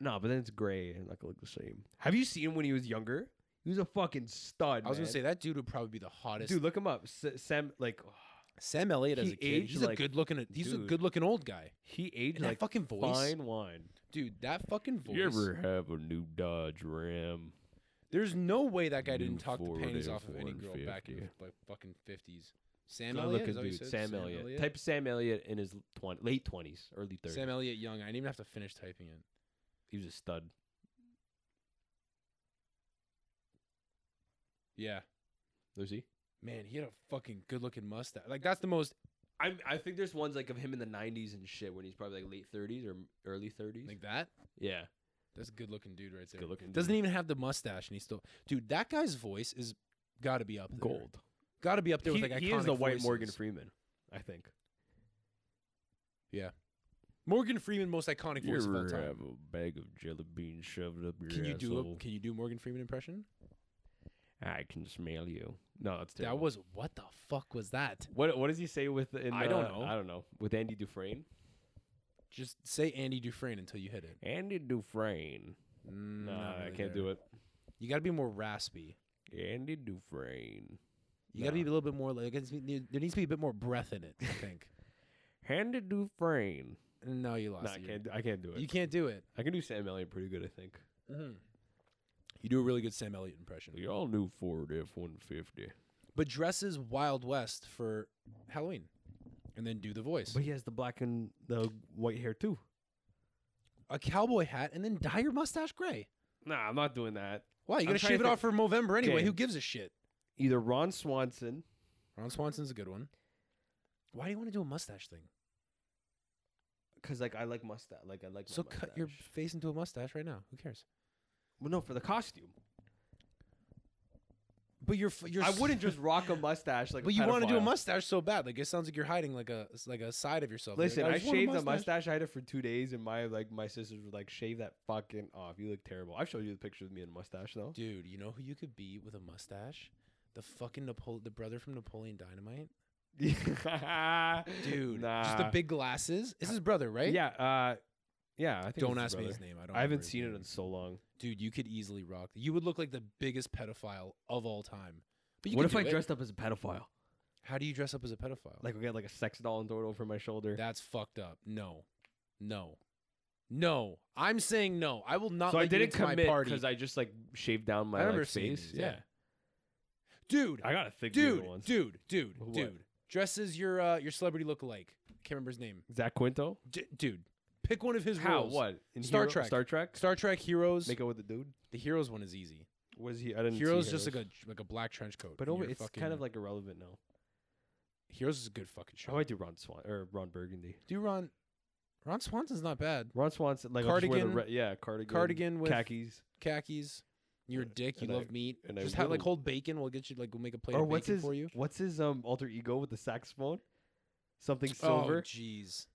S3: No, but then it's gray and like look the same. Have you seen him when he was younger? He was a fucking stud.
S2: I was gonna
S3: man.
S2: say that dude would probably be the hottest.
S3: dude, look him up. S- Sam, like oh,
S2: Sam Elliott as
S3: He
S2: a kid.
S3: aged
S2: He's a
S3: like-
S2: good looking. He's a
S3: dude.
S2: good looking old guy.
S3: he aged
S2: And that
S3: like
S2: fucking voice,
S3: fine wine.
S2: dude. That fucking voice.
S3: have a new Dodge Ram?
S2: There's no way that guy
S3: New
S2: didn't talk the
S3: Ford
S2: panties off of any girl
S3: F-150.
S2: back in the like, fucking fifties. Sam
S3: Sam Elliott,
S2: Elliott, is that what you
S3: dude.
S2: said?
S3: Sam, Elliott. Type Sam Elliott in his twen- late twenties, early thirties.
S2: Sam Elliott Young. I didn't even have to finish typing it.
S3: He was a stud.
S2: Yeah,
S3: Was he?
S2: man, he had a fucking good looking mustache. Like that's the most
S3: I I think there's ones like of him in the '90s and shit when he's probably like late 30s or m- early 30s.
S2: like that.
S3: yeah,
S2: That's a good looking dude right there.
S3: good looking.
S2: Doesn't
S3: dude.
S2: even have the mustache, and he's still dude. That guy's voice is got to be up there.
S3: gold?
S2: Got to be up there
S3: He,
S2: with like
S3: he is
S2: iconic
S3: the white
S2: voices.
S3: Morgan Freeman, I think.
S2: Morgan Freeman, most iconic voice of all time.
S3: a bag of jelly beans shoved up your
S2: Can you do a, Can you do Morgan Freeman impression?
S3: I can smell you. No, that's terrible.
S2: That was what the fuck was that?
S3: What What does he say with? In,
S2: I don't
S3: uh,
S2: know.
S3: I don't know. With Andy Dufresne.
S2: Just say Andy Dufresne until you hit it. Mm,
S3: Andy Dufresne. No, I can't do it.
S2: You got to be more raspy.
S3: Andy Dufresne.
S2: You got to be a
S3: Nah.
S2: little bit more like it's- there needs to be a bit more breath in it. I think.
S3: Andy Dufresne.
S2: no, you lost.
S3: No, I
S2: it.
S3: can't. do- I can't do it. Mm-hmm.
S2: You can't do it.
S3: I can do Sam Elliott pretty good, I think.
S2: You do a really good Sam Elliott impression,
S3: We all knew Ford F one fifty.
S2: but dresses Wild West for Halloween, and then do the voice.
S3: But he has the black and the white hair too.
S2: a cowboy hat, and then dye your mustache gray.
S3: Nah, I'm not doing that.
S2: Why? You got
S3: I'm
S2: to
S3: trying
S2: shave
S3: to
S2: it off for Movember anyway.
S3: Okay.
S2: Who gives a shit?
S3: Either Ron Swanson.
S2: Ron Swanson's a good one. Why do you want to do a mustache thing?
S3: Cause like I like mustache, like I like. my
S2: So cut your
S3: mustache.
S2: face into a mustache right now. Who cares?
S3: Well, no, for the costume.
S2: But you're f- you're
S3: I
S2: s-
S3: wouldn't just rock a mustache like.
S2: but you want to do a
S3: pedophile.
S2: mustache so bad. Like it sounds like you're hiding like a s- like a side of yourself. You're
S3: Listen,
S2: like,
S3: I,
S2: just want
S3: shaved the mustache. I had it for two days, and my like my sisters were like, "Shave that fucking off. You look terrible." I've showed you the picture of me and mustache though.
S2: Dude, you know who you could be with a mustache? The fucking Napole- the brother from Napoleon Dynamite.
S3: Dude,
S2: Dude, just the big glasses. It's his brother, right?
S3: Yeah, uh, yeah. I think
S2: Don't
S3: it's
S2: ask me
S3: brother.
S2: his name. I don't.
S3: I haven't
S2: remember his
S3: seen it
S2: name.
S3: in so long.
S2: Dude, you could easily rock. You would look like the biggest pedophile of all time. But you
S3: what
S2: could
S3: if
S2: do
S3: I
S2: it.
S3: dressed up as a pedophile?
S2: How do you dress up as a pedophile?
S3: Like we got like a sex doll and throw it over my shoulder.
S2: That's fucked up. No, no, no. I'm saying no. I will not.
S3: so
S2: let
S3: I didn't
S2: you into my
S3: commit
S2: party.
S3: because I just like shaved down my
S2: I
S3: like,
S2: remember seeing
S3: face.
S2: these, yeah. dude,
S3: I got a thick
S2: dude,
S3: once.
S2: dude, dude,
S3: What?
S2: dude. Dresses your uh, your celebrity lookalike. Can't remember his name.
S3: Zach Quinto.
S2: D- dude, pick one of his
S3: How?
S2: roles.
S3: What? In
S2: Star
S3: Hero-
S2: Trek.
S3: Star Trek.
S2: Star Trek Heroes.
S3: Make out with the dude.
S2: the Heroes one is easy.
S3: Was he? I didn't. see
S2: Heroes just like a like a black trench coat.
S3: But
S2: and
S3: over,
S2: you're
S3: it's
S2: fucking-
S3: kind of like irrelevant now.
S2: Heroes is a good fucking show.
S3: I might do Ron Swan or Ron Burgundy.
S2: Do Ron Ron Swanson's not bad.
S3: Ron Swanson, like I'll just wear the
S2: Cardigan-
S3: re- yeah, cardigan,
S2: Cardigan with-
S3: khakis,
S2: Khakis. You're a dick.
S3: Uh,
S2: You
S3: and I-
S2: love meat.
S3: and I
S2: Just have like
S3: will.
S2: hold bacon. We'll get you like we'll make a plate
S3: or
S2: of
S3: what's
S2: bacon
S3: his
S2: for you.
S3: what's his um alter ego with the saxophone? Something silver.
S2: Oh jeez.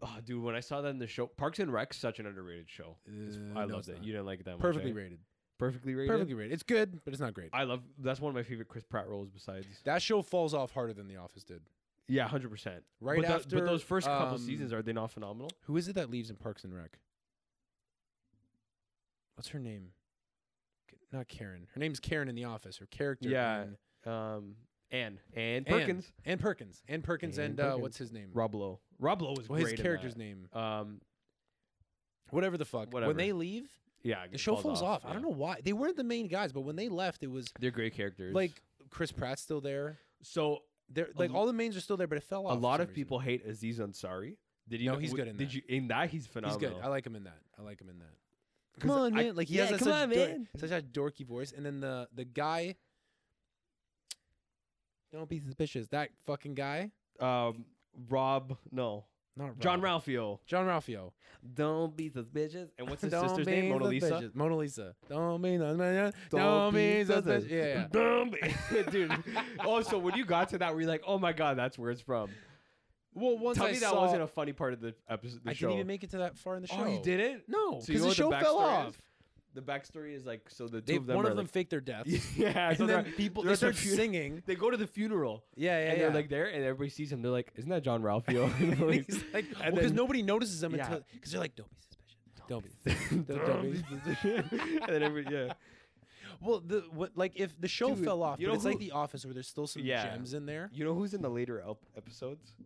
S3: Oh, dude, when I saw that in the show, Parks and Rec's such an underrated show. It's-
S2: Uh,
S3: I
S2: no,
S3: loved
S2: it's
S3: it.
S2: not.
S3: You didn't like it that much.
S2: Perfectly
S3: eh?
S2: rated.
S3: Perfectly rated.
S2: Perfectly rated. It's good, but it's not great.
S3: I love. That's one of my favorite Chris Pratt roles. Besides,
S2: that show falls off harder than The Office did.
S3: yeah, hundred percent.
S2: Right
S3: but tho-
S2: after,
S3: but those first couple
S2: um,
S3: seasons are they not phenomenal?
S2: Who is it that leaves in Parks and Rec? What's her name? K- Not Karen. Her name's Karen in The Office. Her character.
S3: Yeah,
S2: in-
S3: Um, and and Perkins,
S2: Ann, Ann Perkins. Ann Perkins
S3: Ann
S2: and, uh,
S3: Perkins.
S2: what's his name?
S3: Rob Lowe. Rob Lowe was
S2: well,
S3: great.
S2: his character's name.
S3: name. Um,
S2: Whatever the fuck.
S3: Whatever.
S2: When they leave,
S3: yeah, it
S2: the show falls, off. I
S3: yeah.
S2: don't know why. They weren't the main guys, but when they left, it was
S3: They're great characters.
S2: like Chris Pratt's still there.
S3: so,
S2: They're, like
S3: l-
S2: all the mains are still there, but it fell off.
S3: a
S2: for
S3: lot
S2: some
S3: of
S2: reason.
S3: people hate Aziz Ansari. Did you
S2: No,
S3: know,
S2: he's
S3: w-
S2: good in
S3: Did
S2: that.
S3: you in that he's
S2: He's
S3: phenomenal?
S2: good. I like him in that. I like him in that.
S3: 'Cause
S2: Come on,
S3: I-
S2: man. Like he
S3: yeah,
S2: has that
S3: come
S2: such,
S3: on,
S2: dor-
S3: man.
S2: such a dorky voice. And then the the guy Don't be suspicious. That fucking guy.
S3: Um, Rob, no,
S2: Not Rob.
S3: John Ralphio.
S2: John Ralphio.
S3: Don't beat the bitches. And what's his
S2: Don't
S3: sister's
S2: be
S3: name? Mona Lisa.
S2: suspicious. Mona Lisa. Don't be suspicious. Don't be suspicious. Yeah, yeah.
S3: Don't be- dude. Oh, so when you got to that, were you like, oh my god, that's where it's from?
S2: Well, once
S3: Tell
S2: I
S3: me
S2: saw,
S3: that wasn't a funny part of the episode. The
S2: I
S3: show.
S2: didn't even make it to that far in the show.
S3: Oh, you didn't?
S2: No,
S3: So you know
S2: because the
S3: what the
S2: show fell
S3: backstory
S2: off.
S3: is? The backstory is like, so the two
S2: They,
S3: of them
S2: one
S3: are
S2: of them
S3: like-
S2: faked their deaths.
S3: yeah, so
S2: and
S3: they're-
S2: then people
S3: they're
S2: they
S3: at their
S2: start
S3: fu-
S2: singing.
S3: They go to the funeral
S2: Yeah, yeah,
S3: and
S2: yeah.
S3: they're like there, and everybody sees him. They're like, "Isn't that John Ralphio?"
S2: and he's like,
S3: And
S2: because
S3: then-
S2: nobody notices him
S3: Yeah.
S2: until because they're like, don't be suspicious. Don't be.
S3: and then every, yeah,
S2: Well, the what like if the show
S3: Dude,
S2: fell off,
S3: you
S2: but
S3: know
S2: it's like
S3: who-
S2: The Office where there's still some
S3: Yeah.
S2: gems in there.
S3: you know who's in the later el- episodes?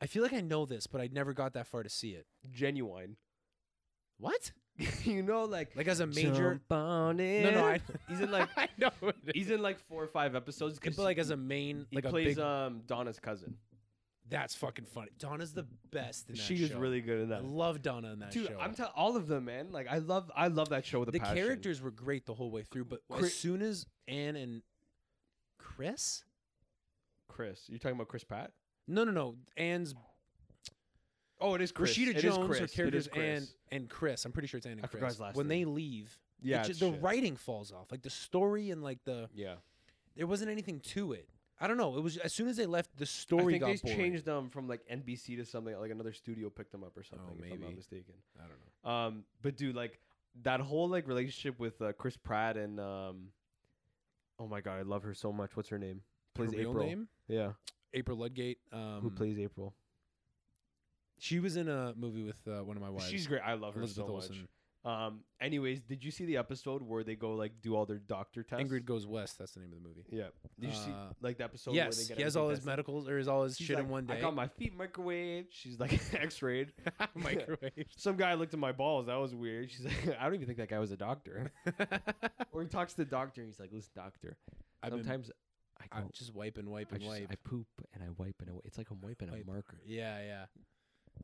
S2: I feel like I know this, but I never got that far to see it.
S3: Genuine.
S2: What?
S3: you know, like
S2: Like as a major?
S4: Jump on it.
S2: No, no. I,
S3: he's in like
S2: I know. It is.
S3: he's in like four or five episodes. 'cause
S2: But like as a main,
S3: he
S2: like a
S3: plays
S2: big.
S3: um Donna's cousin.
S2: that's fucking funny. Donna's the best in that
S3: She is
S2: show.
S3: really good in
S2: I
S3: that.
S2: love Donna in that
S3: Dude,
S2: show.
S3: I'm telling all of them, man. Like I love I love that show with a
S2: the
S3: passion.
S2: characters were great the whole way through, but
S3: Cri-
S2: as soon as Anne and Chris,
S3: Chris, you're talking about Chris Pratt?
S2: no, no, no, Anne's
S3: Oh, it is Chris.
S2: Rashida
S3: It is
S2: Jones,
S3: Chris.
S2: her
S3: It
S2: characters,
S3: is Chris.
S2: and and Chris. I'm pretty sure it's Anne and
S3: I
S2: Chris.
S3: forgot his last
S2: when
S3: name.
S2: they leave, it
S3: yeah,
S2: ju-
S3: it's
S2: the
S3: shit.
S2: writing falls off. Like the story and like the
S3: Yeah.
S2: there wasn't anything to it. I don't know. It was as soon as they left, the story
S3: I think
S2: got
S3: they
S2: boring.
S3: changed them from like NBC to something like another studio picked them up or something. If I'm
S2: maybe.
S3: not mistaken.
S2: I don't know.
S3: Um, but dude, like that whole like relationship with uh, Chris Pratt and um, oh my god, I love her so much. What's her name? Plays
S2: Her real
S3: April.
S2: name?
S3: Yeah,
S2: April Ludgate. Um,
S3: who plays April?
S2: She was in a movie with uh, one of my wives.
S3: She's great. I love her
S2: Elizabeth
S3: so
S2: Olsen.
S3: much. Um, anyways, did you see the episode where they go like do all their doctor tests?
S2: Ingrid Goes West. That's the name of the movie.
S3: Yeah. Did you see
S2: Uh,
S3: like the episode? where
S2: yes,
S3: they get
S2: he has
S3: everything
S2: all his
S3: tested?
S2: medicals or is all his
S3: She's
S2: shit
S3: like,
S2: in one day.
S3: I got my feet microwaved. She's like X-rayed.
S2: microwave.
S3: Some guy looked at my balls. That was weird. She's like, I don't even think that guy was a doctor. or he talks to the doctor and he's like, listen, doctor,
S2: I've been-
S3: sometimes I
S2: I'm
S3: go,
S2: just wipe and wipe
S3: I,
S2: and
S3: just,
S2: wipe.
S3: I poop and I wipe and I wipe. It's like I'm wiping
S2: wipe.
S3: a marker.
S2: Yeah, yeah.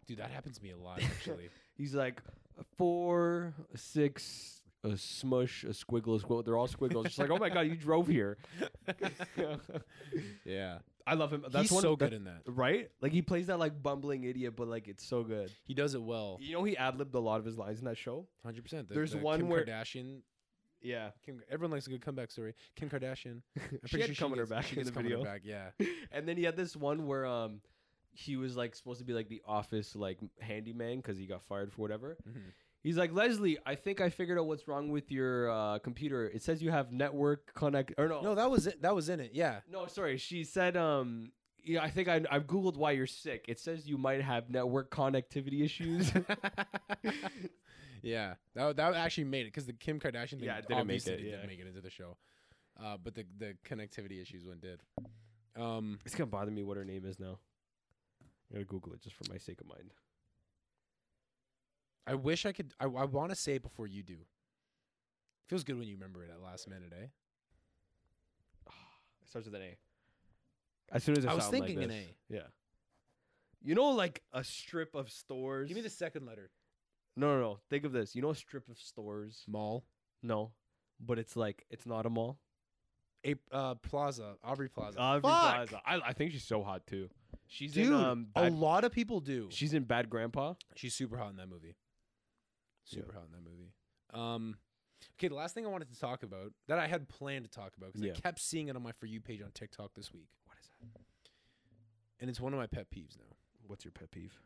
S2: Dude, that happens to me a lot actually.
S3: He's like, "A four, a six, a smush, a squiggle, a squiggle. They're all squiggles. She's like, oh my God, you drove here.
S2: yeah.
S3: I love him. That's
S2: He's
S3: one,
S2: so
S3: that-
S2: good in that.
S3: Right? Like he plays that like bumbling idiot, but like it's so good.
S2: He does it well.
S3: You know, he ad libbed a lot of his lines in that show.
S2: 100%. The-
S3: There's
S2: the
S3: one
S2: Kim
S3: where-
S2: Kardashian
S3: Yeah.
S2: Kim, everyone likes a good comeback story. Kim Kardashian. I'm
S3: She had coming her back in the
S2: coming her
S3: video.
S2: Back, yeah.
S3: and then he had this one where um he was like supposed to be like the office like handyman because he got fired for whatever.
S2: Mhm.
S3: He's like Leslie, I think I figured out what's wrong with your uh, computer. It says you have network connect or no,
S2: No,
S3: no,
S2: that was it. That was in it. Yeah.
S3: sorry. She said um. Yeah, I think I, I've googled why you're sick. It says you might have network connectivity issues.
S2: yeah. That that actually made it because the Kim Kardashian thing
S3: Yeah, it didn't make
S2: obviously
S3: it,
S2: didn't
S3: yeah.
S2: make it into the show, uh, but the the connectivity issues one did. Um,
S3: it's gonna bother me what her name is now. I'm gonna Google it just for my sake of mind.
S2: I wish I could. I, I want to say it before you do. Feels good when you remember it at last minute, eh?
S3: It starts with an A. As soon as it
S2: I was
S3: sound like
S2: thinking an
S3: this.
S2: A.
S3: Yeah. You know, like a strip of stores.
S2: Give me the second letter.
S3: No, no, no. Think of this. You know, a strip of stores.
S2: Mall.
S3: No, but it's like it's not a mall.
S2: A, uh, Plaza. Aubrey Plaza.
S3: Aubrey
S2: Fuck!
S3: Plaza. I, I think she's so hot too. She's
S2: Dude,
S3: in um.
S2: a
S3: Bad,
S2: lot of people do.
S3: she's in Bad Grandpa.
S2: She's super hot in that movie.
S3: Yeah.
S2: Super hot in that movie. Um, okay, the last thing I wanted to talk about that I had planned to talk about because
S3: Yeah.
S2: I kept seeing it on my For You page on TikTok this week.
S3: What is that?
S2: And it's one of my pet peeves now.
S3: What's your pet peeve?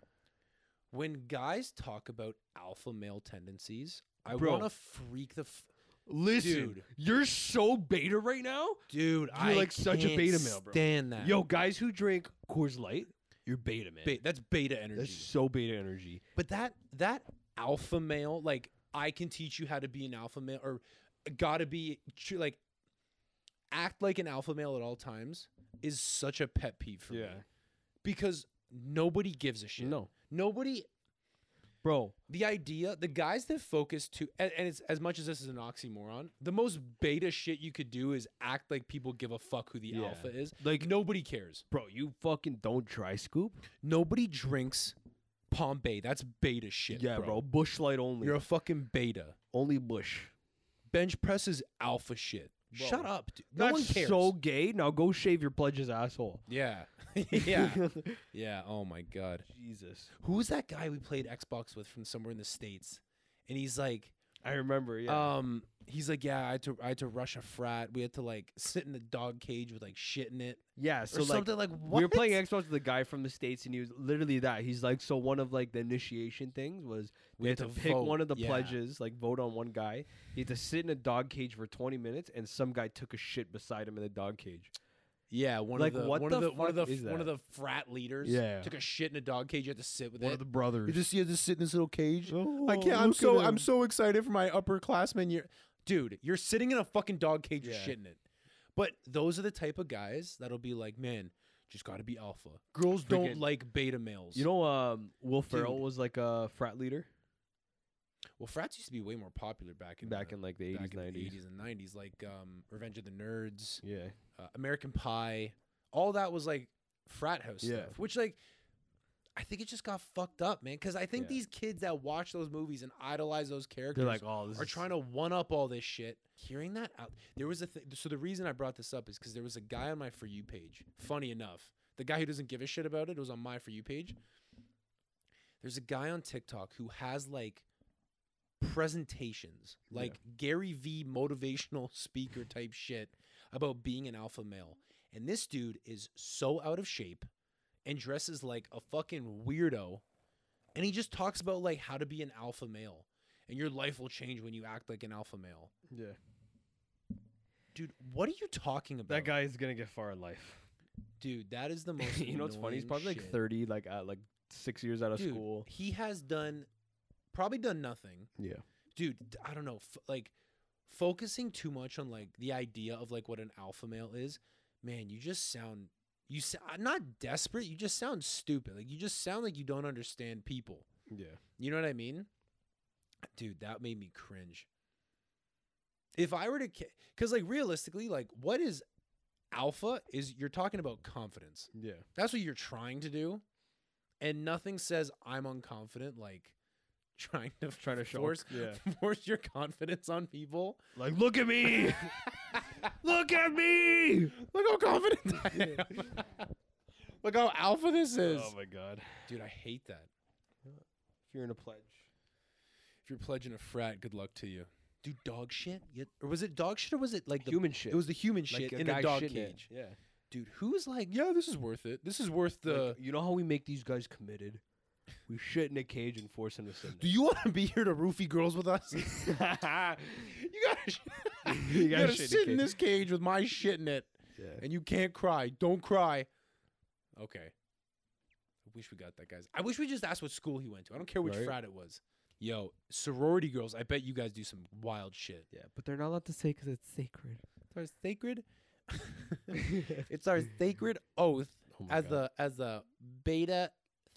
S2: When guys talk about alpha male tendencies, I
S3: Bro.
S2: want to freak the. F-
S3: Listen,
S2: Dude.
S3: you're so beta right now.
S2: dude. I
S3: like such a
S2: can't
S3: beta male, bro.
S2: Stand that,
S3: Yo, guys who drink Coors Light, you're beta, man.
S2: Be- that's beta energy.
S3: That's so beta energy.
S2: But that that alpha male, like I can teach you how to be an alpha male, or gotta be tr- like act like an alpha male at all times is such a pet peeve for me
S3: Yeah.
S2: because nobody gives a shit.
S3: No,
S2: nobody.
S3: bro.
S2: The idea, the guys that focus to, and, and it's as much as this is an oxymoron. The most beta shit you could do is act like people give a fuck who the
S3: Yeah.
S2: alpha is.
S3: Like,
S2: Nobody cares.
S3: bro, you fucking don't dry scoop.
S2: Nobody drinks Palm Bay. That's beta shit.
S3: yeah, bro. Bush Light only.
S2: You're a fucking beta.
S3: only Bush.
S2: bench press is alpha shit.
S3: Bro.
S2: Shut up, dude. No one cares.
S3: So gay. Now go shave your pledge's asshole.
S2: yeah, yeah, yeah. Oh my god,
S3: Jesus.
S2: who was that guy we played Xbox with from somewhere in the states? And he's like,
S3: I remember. Yeah.
S2: um, he's like, yeah, I had to, I had to rush a frat. We had to like sit in the dog cage with like shit in it
S3: yeah.
S2: or
S3: So like,
S2: something like. What?
S3: we were playing Xbox with a guy from the states, and he was literally that. He's like, so one of like the initiation things was we had to, pick
S2: vote.
S3: one of the
S2: Yeah.
S3: pledges, like vote on one guy. He had to sit in a dog cage for 20 minutes, and some guy took a shit beside him in the dog cage.
S2: Yeah, one
S3: Like,
S2: of the
S3: what
S2: one of
S3: the
S2: the one of the
S3: fuck is
S2: one of
S3: that?
S2: the frat leaders.
S3: Yeah.
S2: took a shit in a dog cage. You had to sit with
S1: One
S2: it.
S1: of the brothers.
S2: you just you had to sit in this little cage.
S3: Oh,
S2: I can't. I'm so I'm so excited for my upperclassmen year, dude. You're sitting in a fucking dog cage, you're
S3: Yeah.
S2: shitting it. But those are the type of guys that'll be like, man, just got to be alpha. Girls don't
S3: Freaking-
S2: like beta males.
S3: You know, um, Will Ferrell
S2: Dude.
S3: was like a frat leader
S2: well, frats used to be way more popular back in
S3: back
S2: the,
S3: in like the 80s,
S2: back in
S3: 90s.
S2: the 80s and 90s, like um, Revenge of the Nerds,
S3: Yeah,
S2: uh, American Pie. All that was like frat house
S3: Yeah.
S2: stuff, which like. I think it just got fucked up, man. Because I think
S3: Yeah.
S2: these kids that watch those movies and idolize those characters,
S3: they're like, oh, this
S2: are
S3: is
S2: trying to one up all this shit. Hearing that out, there was a th- so the reason I brought this up is because there was a guy on my for you page. Funny enough, the guy who doesn't give a shit about it was on my for you page. There's a guy on TikTok who has like presentations,
S3: Yeah.
S2: like Gary V motivational speaker type shit about being an alpha male. And this dude is so out of shape and dresses like a fucking weirdo. And he just talks about like how to be an alpha male and your life will change when you act like an alpha male.
S3: Yeah,
S2: Dude, what are you talking about?
S3: that guy is gonna get far in life.
S2: Dude, that is the most.
S3: you know what's funny? He's
S2: annoying
S3: probably like
S2: shit.
S3: 30, like at like six years out of
S2: Dude,
S3: school.
S2: He has done, probably done nothing.
S3: Yeah,
S2: Dude, d- I don't know. F- like, focusing too much on like the idea of like what an alpha male is, man, you just sound, you sound not desperate, you just sound stupid. Like, you just sound like you don't understand people.
S3: yeah.
S2: You know what I mean? Dude, that made me cringe. If I were to cuz like realistically, like what is alpha is you're talking about confidence.
S3: Yeah.
S2: That's what you're trying to do. And nothing says I'm unconfident like trying to
S3: Trying to show.
S2: force
S3: Yeah.
S2: force your confidence on people.
S3: Like, look at me. look at me.
S2: Look how confident I am. Look how alpha this is.
S3: Oh my god.
S2: Dude, I hate that.
S3: If you're in a pledge.
S2: If you're pledging a frat, good luck to you. Do dog shit? Yeah. Or was it dog shit or was it like the
S3: Human shit.
S2: It was the human
S3: Like
S2: shit
S3: a
S2: in the
S3: guy
S2: dog
S3: shitting it.
S2: cage.
S3: Yeah.
S2: Dude, who's like, yeah, this is worth it. This is worth the.
S3: Like, you know how we make these guys committed? We shit in a cage and force them to sit. in
S2: do you want to be here to roofie girls with us? you
S3: it.
S2: gotta, sh-
S3: You
S2: you
S3: gotta
S2: gotta
S3: shit in a
S2: sit in
S3: cage.
S2: this cage with my shit in it,
S3: yeah.
S2: and you can't cry. Don't cry. Okay. I wish we got that guy's. I wish we just asked what school he went to. I don't care which
S3: Right.
S2: frat it was. Yo, sorority girls. I bet you guys do some wild shit.
S3: Yeah, but they're not allowed to say because it's sacred.
S2: It's our sacred. it's our sacred oath as the as the beta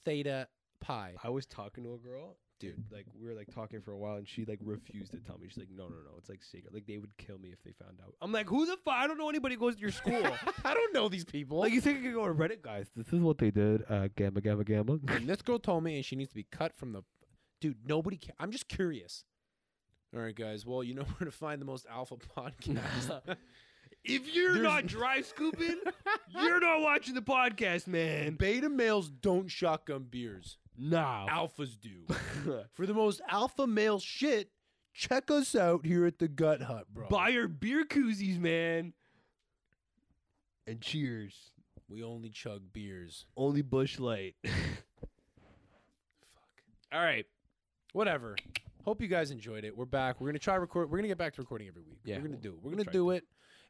S2: theta pi.
S3: I was talking to a girl,
S2: Dude.
S3: and, Like we were like talking for a while, and she like refused to tell me. She's like, "No, no, no, it's like secret. Like they would kill me if they found out." I'm like, "Who the fuck? I don't know anybody who goes to your school.
S2: I don't know these people.
S3: like you think I could go to Reddit, guys? This is what they did. Uh, gamma, gamma, gamma.
S2: and this girl told me, and she needs to be cut from the. Dude, nobody. Ca- I'm just curious. All right, guys. Well, you know where to find the most alpha podcast.
S3: if you're
S2: There's-
S3: not dry scooping, you're not watching the podcast, man.
S2: Beta males don't shotgun beers.
S3: Nah.
S2: Alphas do. For the most alpha male shit, check us out here at the Gut Hut, bro.
S3: Buy your beer koozies, man. And cheers.
S2: We only chug beers.
S3: Only Bush Light.
S2: Fuck.
S3: All right.
S2: Whatever. Hope you guys enjoyed it. We're back. We're gonna try record. We're gonna get back to recording every week.
S3: Yeah,
S2: we're gonna
S3: we'll-
S2: do it. We're
S3: we'll
S2: gonna
S3: try
S2: do it.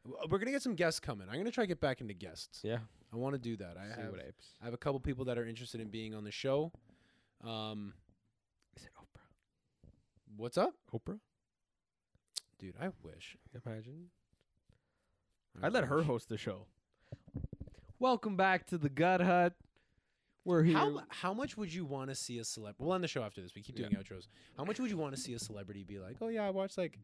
S2: W- We're gonna get some guests coming. I'm gonna try to get back into guests.
S3: Yeah.
S2: I want to do that. I
S3: see
S2: have.
S3: what apes.
S2: I have a couple people that are interested in being on the show. Um,
S3: Is it Oprah?
S2: what's up,
S3: Oprah?
S2: dude? I wish.
S3: Imagine.
S2: I
S3: I'd let her
S2: wish.
S3: host the show. Welcome back to the Gut Hut. We're here.
S2: How, mu- how much would you want to see a celebrity? We'll end the show after this. We keep
S3: Yeah.
S2: doing outros. How much would you want to see a celebrity be like, oh, yeah, I watched like,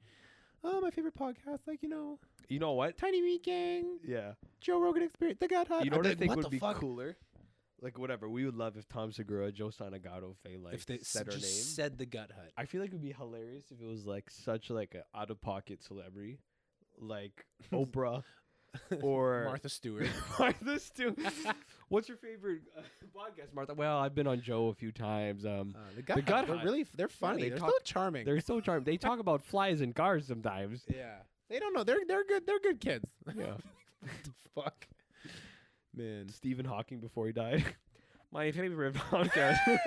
S2: oh, my favorite podcast, like, you know,
S3: you know what?
S2: Tiny Meat Gang,
S3: Yeah.
S2: Joe Rogan Experience, The God Hut.
S3: You know
S2: I'd
S3: what I
S2: like,
S3: think
S2: the
S3: would be
S2: fuck?
S3: cooler? Like whatever. We would love if Tom Segura, Joe Sanagato, if they like
S2: if they
S3: said
S2: said
S3: her name.
S2: just said The Gut Hut.
S3: I feel like it would be hilarious if it was like such like an out of pocket celebrity, like Oprah or
S2: Martha Stewart.
S3: Martha Stewart. What's your favorite uh, podcast, Martha? Well, I've been on Joe a few times. Um,
S2: Uh, the Gut
S3: The
S2: Hut.
S3: Gut
S2: They're
S3: Hut.
S2: really, they're funny.
S3: they
S2: they are
S3: talk-
S2: so charming.
S3: they're so charming. They talk about flies and cars sometimes.
S2: yeah. They don't know. They're, they're good. They're good kids.
S3: Yeah.
S2: What the fuck? Man.
S3: Stephen Hawking before he died. My favorite podcast.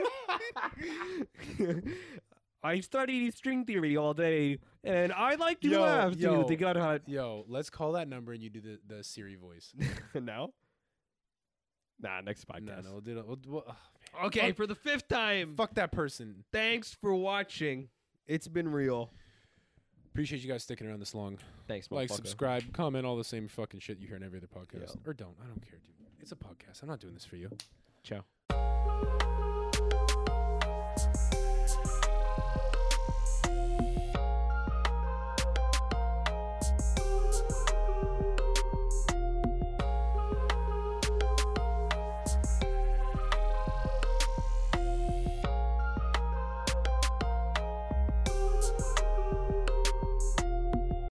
S3: I studied string theory all day, and I like to
S2: Yo,
S3: laugh dude.
S2: yo.
S3: The Gut Hut.
S2: Yo, let's call that number and you do the, the Siri voice.
S3: now? Nah, next podcast.
S2: No, no, we'll do it. We'll, we'll, oh, man.
S3: Okay,
S2: Fuck-
S3: for the fifth time.
S2: fuck that person.
S3: Thanks for watching. It's been real.
S2: Appreciate you guys sticking around this long.
S3: Thanks,
S2: Like,
S3: motherfucker.
S2: subscribe, comment, all the same fucking shit you hear in every other podcast.
S3: Yeah.
S2: Or don't. I don't care, dude. It's a podcast. I'm not doing this for you.
S3: Ciao.